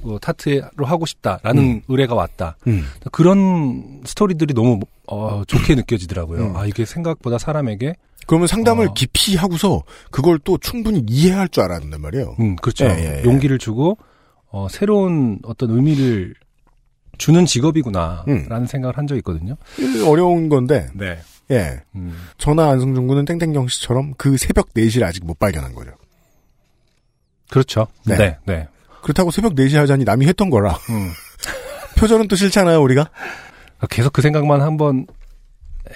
B: 뭐 타투로 하고 싶다라는
A: 음.
B: 의뢰가 왔다.
A: 음.
B: 그런 스토리들이 너무 어, 좋게 느껴지더라고요.
A: 음.
B: 아 이게 생각보다 사람에게
A: 그러면
B: 아.
A: 상담을 깊이 하고서 그걸 또 충분히 이해할 줄 알았단 말이에요.
B: 음, 그렇죠.
A: 예, 예, 예.
B: 용기를 주고 어, 새로운 어떤 의미를 주는 직업이구나라는
A: 음.
B: 생각을 한 적이 있거든요. 음,
A: 어려운 건데.
B: 네.
A: 예. 저나 안성준 군은 땡땡경 씨처럼 그 새벽 4시를 아직 못 발견한 거죠.
B: 그렇죠.
A: 네.
B: 네, 네.
A: 그렇다고 새벽 4시 하자니 남이 했던 거라.
B: 음.
A: 표절은 또 싫잖아요, 우리가?
B: 계속 그 생각만 한번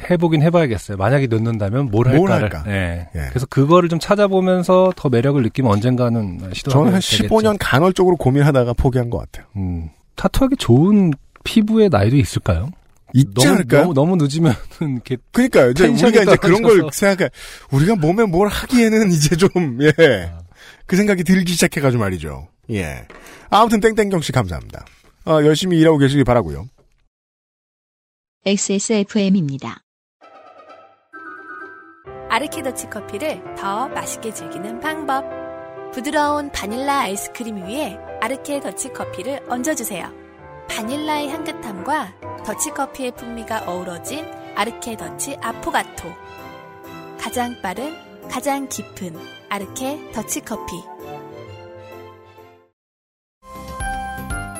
B: 해보긴 해봐야겠어요. 만약에 넣는다면 뭘 할까를.
A: 뭘 할까?
B: 예. 그래서 그거를 좀 찾아보면서 더 매력을 느끼면 언젠가는 시도를
A: 저는 한 15년 간헐적으로 고민하다가 포기한 것 같아요.
B: 음. 타투하기 좋은 피부의 나이도 있을까요?
A: 있지
B: 너무,
A: 않을까요?
B: 너무, 너무 늦으면 이렇게
A: 그러니까요. 이제
B: 텐션이
A: 우리가 이제 그런 걸
B: 떨어져서.
A: 생각해. 우리가 몸에 뭘 하기에는 이제 좀, 예.
B: 아.
A: 그 생각이 들기 시작해가지고 말이죠. 예. 아무튼 땡땡경 씨 감사합니다. 아, 열심히 일하고 계시길 바라고요
N: XSFM입니다.
K: 아르케 더치 커피를 더 맛있게 즐기는 방법. 부드러운 바닐라 아이스크림 위에 아르케 더치 커피를 얹어주세요. 바닐라의 향긋함과 더치 커피의 풍미가 어우러진 아르케 더치 아포가토. 가장 빠른, 가장 깊은 아르케 더치 커피.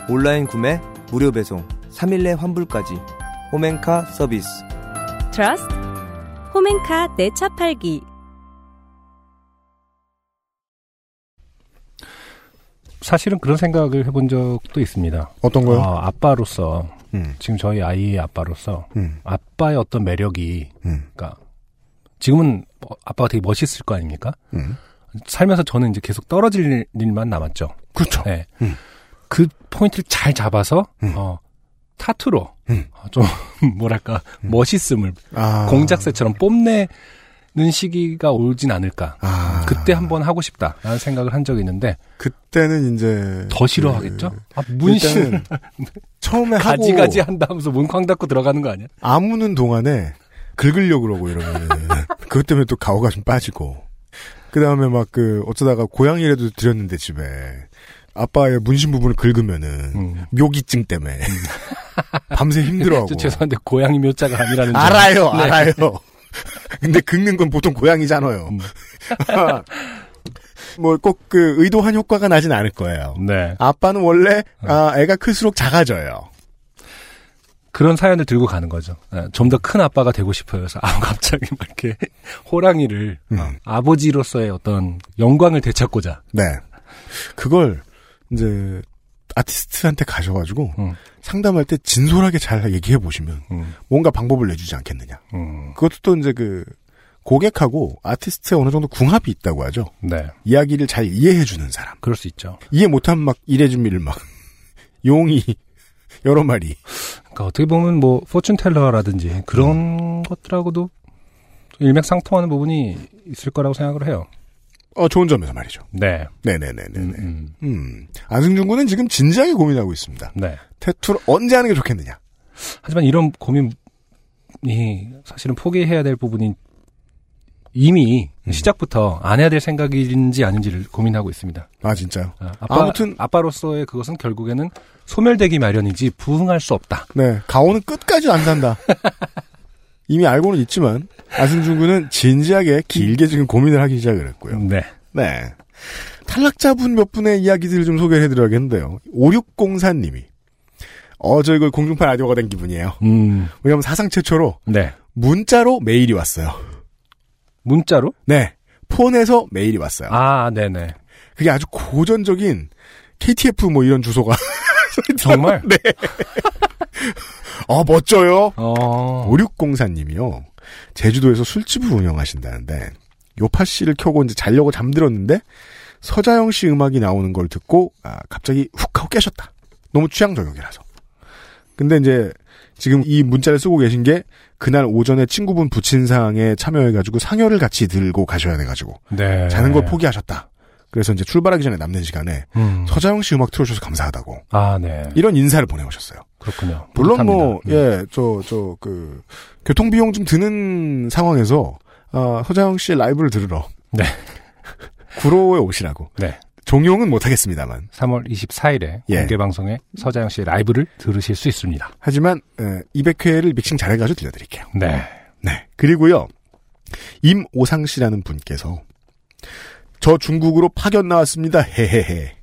D: 온라인 구매, 무료 배송, 3일 내 환불까지. 홈앤카 서비스.
J: 트러스트 홈앤카 내 차 팔기
B: 사실은 그런 생각을 해본 적도 있습니다.
A: 어떤 거요?
B: 어, 아빠로서
A: 음.
B: 지금 저희 아이의 아빠로서
A: 음.
B: 아빠의 어떤 매력이
A: 음.
B: 그러니까 지금은 뭐 아빠가 되게 멋있을 거 아닙니까?
A: 음.
B: 살면서 저는 이제 계속 떨어질 일만 남았죠.
A: 그렇죠. 음.
B: 네. 그 포인트를 잘 잡아서 어, 타투로 어, 좀 뭐랄까 멋있음을
A: 아.
B: 공작새처럼 뽐내는 시기가 오진 않을까.
A: 아.
B: 그때 한번 하고 싶다라는 생각을 한 적이 있는데
A: 그때는 이제 그
B: 더 싫어하겠죠? 아, 문신을
A: 처음에 하고
B: 가지가지 한 다음서 문 쾅 닫고 들어가는 거 아니야?
A: 아무는 동안에 긁으려고 그러고 이러면 그것 때문에 또 가오가 좀 빠지고 그 다음에 막 그 어쩌다가 고양이라도 들였는데 집에 아빠의 문신 부분을 긁으면은 묘기증 때문에 밤새 힘들어하고
B: 저 음. 죄송한데 고양이 묘자가 아니라는 점.
A: 알아요
B: 네.
A: 알아요 근데 긁는 건 보통 고양이잖아요
B: 음.
A: 뭐 꼭 그 의도한 효과가 나진 않을 거예요
B: 네.
A: 아빠는 원래 아, 애가 클수록 작아져요
B: 그런 사연을 들고 가는 거죠. 네. 좀 더 큰 아빠가 되고 싶어요. 그래서 아 갑자기 막 이렇게 호랑이를
A: 음.
B: 어, 아버지로서의 어떤 영광을 되찾고자.
A: 네. 그걸 이제 아티스트한테 가셔가지고 상담할 때 진솔하게 잘 얘기해 보시면 뭔가 방법을 내주지 않겠느냐.
B: 음,
A: 그것도 또 이제 그 고객하고 아티스트의 어느 정도 궁합이 있다고 하죠.
B: 네.
A: 이야기를 잘 이해해 주는 사람.
B: 그럴 수 있죠.
A: 이해 못한 막 이래 준비를 막 용이 여러 마리.
B: 그러니까 어떻게 보면 뭐 포춘텔러라든지 그런 것들하고도 일맥상통하는 부분이 있을 거라고 생각을 해요.
A: 어 좋은 점에서 말이죠.
B: 네.
A: 네네네네네. 음, 안승준 군은 지금 진지하게 고민하고 있습니다.
B: 네.
A: 태투를 언제 하는 게 좋겠느냐.
B: 하지만 이런 고민이 사실은 포기해야 될 부분이 이미 시작부터 안 해야 될 생각인지 아닌지를 고민하고 있습니다.
A: 아 진짜요?
B: 아빠,
A: 무튼
B: 아빠로서의 그것은 결국에는 소멸되기 마련이지 부흥할 수 없다.
A: 네 가오는 끝까지 안 산다. 이미 알고는 있지만 안승준 군은 진지하게 길게 지금 고민을 하기 시작을 했고요.
B: 네.
A: 네. 탈락자분 몇 분의 이야기들을 좀 소개를 해드려야겠는데요. 5604님이 어 저 이거 공중파 라디오가 된 기분이에요.
B: 음.
A: 왜냐하면 사상 최초로
B: 네.
A: 문자로 메일이 왔어요.
B: 문자로?
A: 네. 폰에서 메일이 왔어요.
B: 아, 네네.
A: 그게 아주 고전적인 KTF 뭐 이런 주소가.
B: 정말?
A: 네. 아, 멋져요.
B: 어.
A: 5604님이요. 제주도에서 술집을 운영하신다는데, 요파 씨를 켜고 이제 자려고 잠들었는데, 서자영 씨 음악이 나오는 걸 듣고, 아, 갑자기 훅 하고 깨셨다. 너무 취향 저격이라서. 근데 이제, 지금 이 문자를 쓰고 계신 게, 그날 오전에 친구분 부친상에 참여해가지고 상여를 같이 들고 가셔야 돼가지고,
B: 네.
A: 자는 걸 포기하셨다. 그래서 이제 출발하기 전에 남는 시간에
B: 음.
A: 서자영 씨 음악 틀어주셔서 감사하다고
B: 아, 네.
A: 이런 인사를 보내오셨어요.
B: 그렇군요.
A: 물론
B: 뿌듯합니다.
A: 뭐,
B: 음.
A: 예, 저, 저, 그, 교통비용 좀 드는 상황에서, 아, 서자영 씨의 라이브를 들으러.
B: 네.
A: 구로에 오시라고.
B: 네.
A: 종용은 못하겠습니다만.
B: 3월 24일에
A: 예.
B: 공개 방송에 서자영 씨의 라이브를 들으실 수 있습니다.
A: 하지만, 예, 200회를 믹싱 잘해가지고 들려드릴게요.
B: 네.
A: 네. 그리고요, 임오상 씨라는 분께서, 저 중국으로 파견 나왔습니다. 헤헤헤.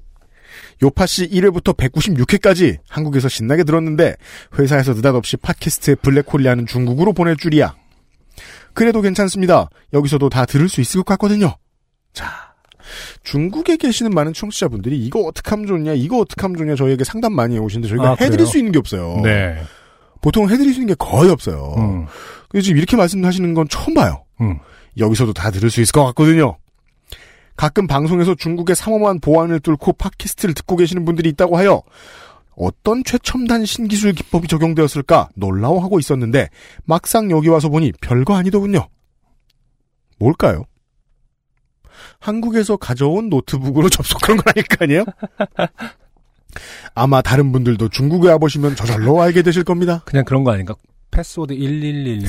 A: 요파 씨 1회부터 196회까지 한국에서 신나게 들었는데, 회사에서 느닷없이 팟캐스트에 블랙홀이 하는 중국으로 보낼 줄이야. 그래도 괜찮습니다. 여기서도 다 들을 수 있을 것 같거든요. 자. 중국에 계시는 많은 청취자분들이 이거 어떻게 하면 좋냐, 이거 어떻게 하면 좋냐 저희에게 상담 많이 해오시는데 저희가
B: 아,
A: 해드릴
B: 그래요?
A: 수 있는 게 없어요.
B: 네.
A: 보통 해드릴 수 있는 게 거의 없어요. 근데 지금 이렇게 말씀하시는 건 처음 봐요.
B: 음.
A: 여기서도 다 들을 수 있을 것 같거든요. 가끔 방송에서 중국의 삼엄한 보안을 뚫고 팟캐스트를 듣고 계시는 분들이 있다고 하여 어떤 최첨단 신기술 기법이 적용되었을까 놀라워하고 있었는데 막상 여기 와서 보니 별거 아니더군요. 뭘까요? 한국에서 가져온 노트북으로 접속한 건 아닐 거 아니에요? 아마 다른 분들도 중국에 와보시면 저절로 알게 되실 겁니다.
B: 그냥 그런 거 아닌가? 패스워드 111.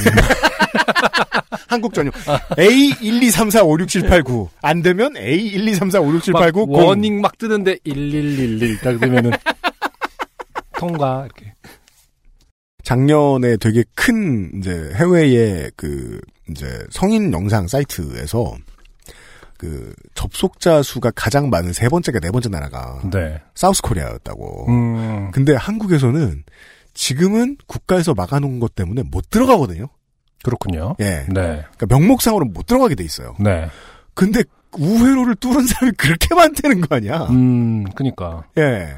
A: 한국 전용. A 1 2 3 4 5 6 7 8 9. 안 되면 A 1 2 3 4 5 6 7 8 9.
B: 워닝 막 뜨는데 1111 딱 뜨면은 통과 이렇게.
A: 작년에 되게 큰 이제 해외의 그 이제 성인 영상 사이트에서 그 접속자 수가 가장 많은 세 번째가 네 번째 나라가
B: 네.
A: 사우스 코리아였다고.
B: 음.
A: 근데 한국에서는 지금은 국가에서 막아놓은 것 때문에 못 들어가거든요.
B: 그렇군요.
A: 예.
B: 네.
A: 그러니까 명목상으로 못 들어가게 돼 있어요.
B: 네.
A: 근데 우회로를 뚫은 사람이 그렇게 많다는 거 아니야?
B: 음, 그니까.
A: 예.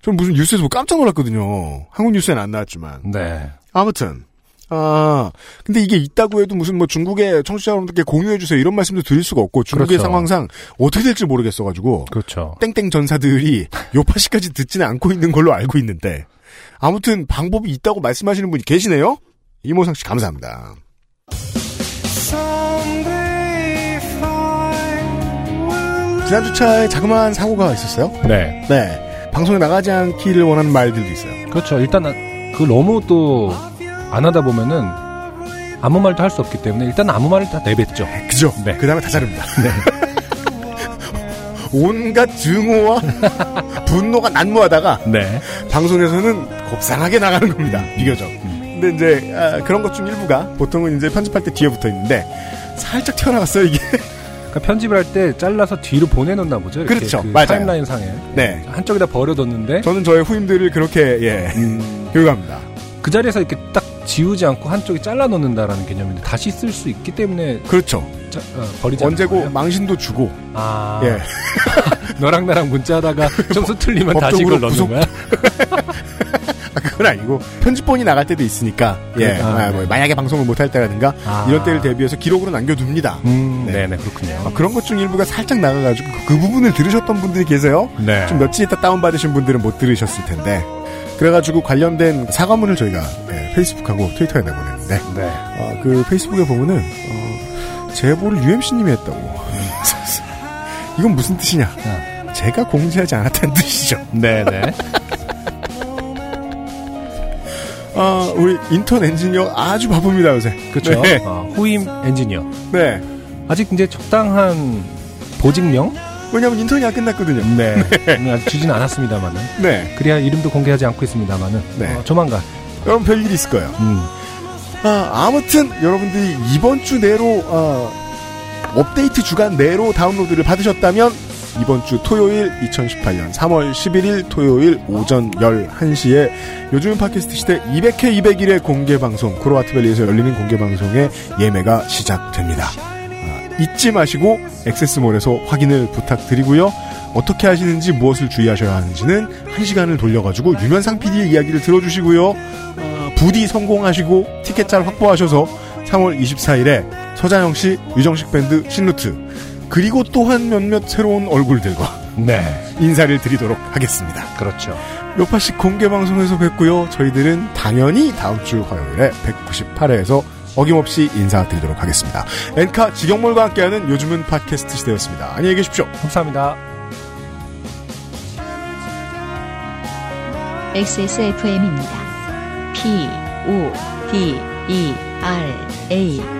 A: 전 무슨 뉴스에서 보고 깜짝 놀랐거든요. 한국 뉴스에는 안 나왔지만.
B: 네.
A: 아무튼. 아, 근데 이게 있다고 해도 무슨 뭐 중국의 청취자 여러분들께 공유해주세요. 이런 말씀도 드릴 수가 없고, 중국의
B: 그렇죠.
A: 상황상 어떻게 될지 모르겠어가지고.
B: 그렇죠.
A: 땡땡 전사들이 요파시까지 듣지는 않고 있는 걸로 알고 있는데. 아무튼 방법이 있다고 말씀하시는 분이 계시네요? 이모상 씨 감사합니다. 지난주 차에 자그마한 사고가 있었어요?
B: 네.
A: 네. 방송에 나가지 않기를 원하는 말들도 있어요.
B: 그렇죠. 일단, 그 너무 또, 안 하다 보면은, 아무 말도 할 수 없기 때문에, 일단 아무 말을 다 내뱉죠.
A: 그죠?
B: 네.
A: 그 다음에 다 자릅니다. 온갖 증오와 분노가 난무하다가
B: 네.
A: 방송에서는 곱상하게 나가는 겁니다.
B: 음.
A: 비교적. 근데 이제 아, 그런 것 중 일부가 보통은 이제 편집할 때 뒤에 붙어 있는데 살짝 튀어나갔어요 이게.
B: 그러니까 편집을 할 때 잘라서 뒤로 보내놓나 보죠. 이렇게
A: 그렇죠.
B: 그
A: 맞아요.
B: 타임라인 상에.
A: 네.
B: 한쪽에다 버려뒀는데 음.
A: 저는 저의 후임들을 그렇게 예 교육합니다.
B: 그 자리에서 이렇게 딱 지우지 않고 한쪽에 잘라 놓는다라는 개념인데 다시 쓸 수 있기 때문에
A: 그렇죠.
B: 자, 어, 버리지 않는
A: 언제고
B: 거예요?
A: 망신도 주고
B: 아
A: 예.
B: 너랑 나랑 문자하다가 점수 틀리면 다시 그걸
A: 법적으로
B: 넣는
A: 구속-
B: 거야?
A: 그건 아니고 편집본이 나갈 때도 있으니까 예.
B: 그러니까.
A: 아, 뭐 만약에 방송을 못 할 때라든가
B: 아.
A: 이런 때를 대비해서 기록으로 남겨둡니다.
B: 네. 네 그렇군요.
A: 아, 그런 것 중 일부가 살짝 나가가지고 그, 그 부분을 들으셨던 분들이 계세요.
B: 네.
A: 좀 며칠 있다 다운받으신 분들은 못 들으셨을 텐데 그래가지고 관련된 사과문을 저희가 예, 페이스북하고 트위터에 내보냈는데
B: 네.
A: 아, 그 페이스북에 보면은 어, 제보를 UMC님이 했다고 이건 무슨 뜻이냐
B: 네.
A: 제가 공지하지 않았다는 뜻이죠
B: 네네
A: 아, 우리 인턴 엔지니어 아주 바쁩니다 요새
B: 그렇죠.
A: 네.
B: 어, 후임 엔지니어.
A: 네.
B: 아직 이제 적당한 보직명?
A: 왜냐하면 인턴이 안 끝났거든요.
B: 네. 오늘 아직 주진 않았습니다만은.
A: 네.
B: 그래야 이름도 공개하지 않고 있습니다만은.
A: 네.
B: 어, 조만간.
A: 여러분 별일 이 있을 거예요
B: 음.
A: 아, 무튼 여러분들이 이번 주 내로 어, 업데이트 주간 내로 다운로드를 받으셨다면 이번 주 토요일 2018년 3월 11일 토요일 오전 11시에 요즘 팟캐스트 시대 200회 201회 공개 방송 코로아트밸리에서 열리는 공개 방송의 예매가 시작됩니다. 아, 잊지 마시고 액세스몰에서 확인을 부탁드리고요. 어떻게 하시는지 무엇을 주의하셔야 하는지는 한 시간을 돌려가지고 유면상 PD의 이야기를 들어주시고요. 어, 부디 성공하시고 티켓 잘 확보하셔서 3월 24일에 서장영 씨, 유정식 밴드 신루트 그리고 또한 몇몇 새로운 얼굴들과 인사를 드리도록 하겠습니다.
B: 그렇죠.
A: 요파식 공개 방송에서 뵙고요. 저희들은 당연히 다음 주 화요일에 198회에서 어김없이 인사드리도록 하겠습니다. 엔카 직영몰과 함께하는 요즘은 팟캐스트 시대였습니다. 안녕히 계십시오.
B: 감사합니다.
N: XSFM입니다. P, O, D, E, R, A.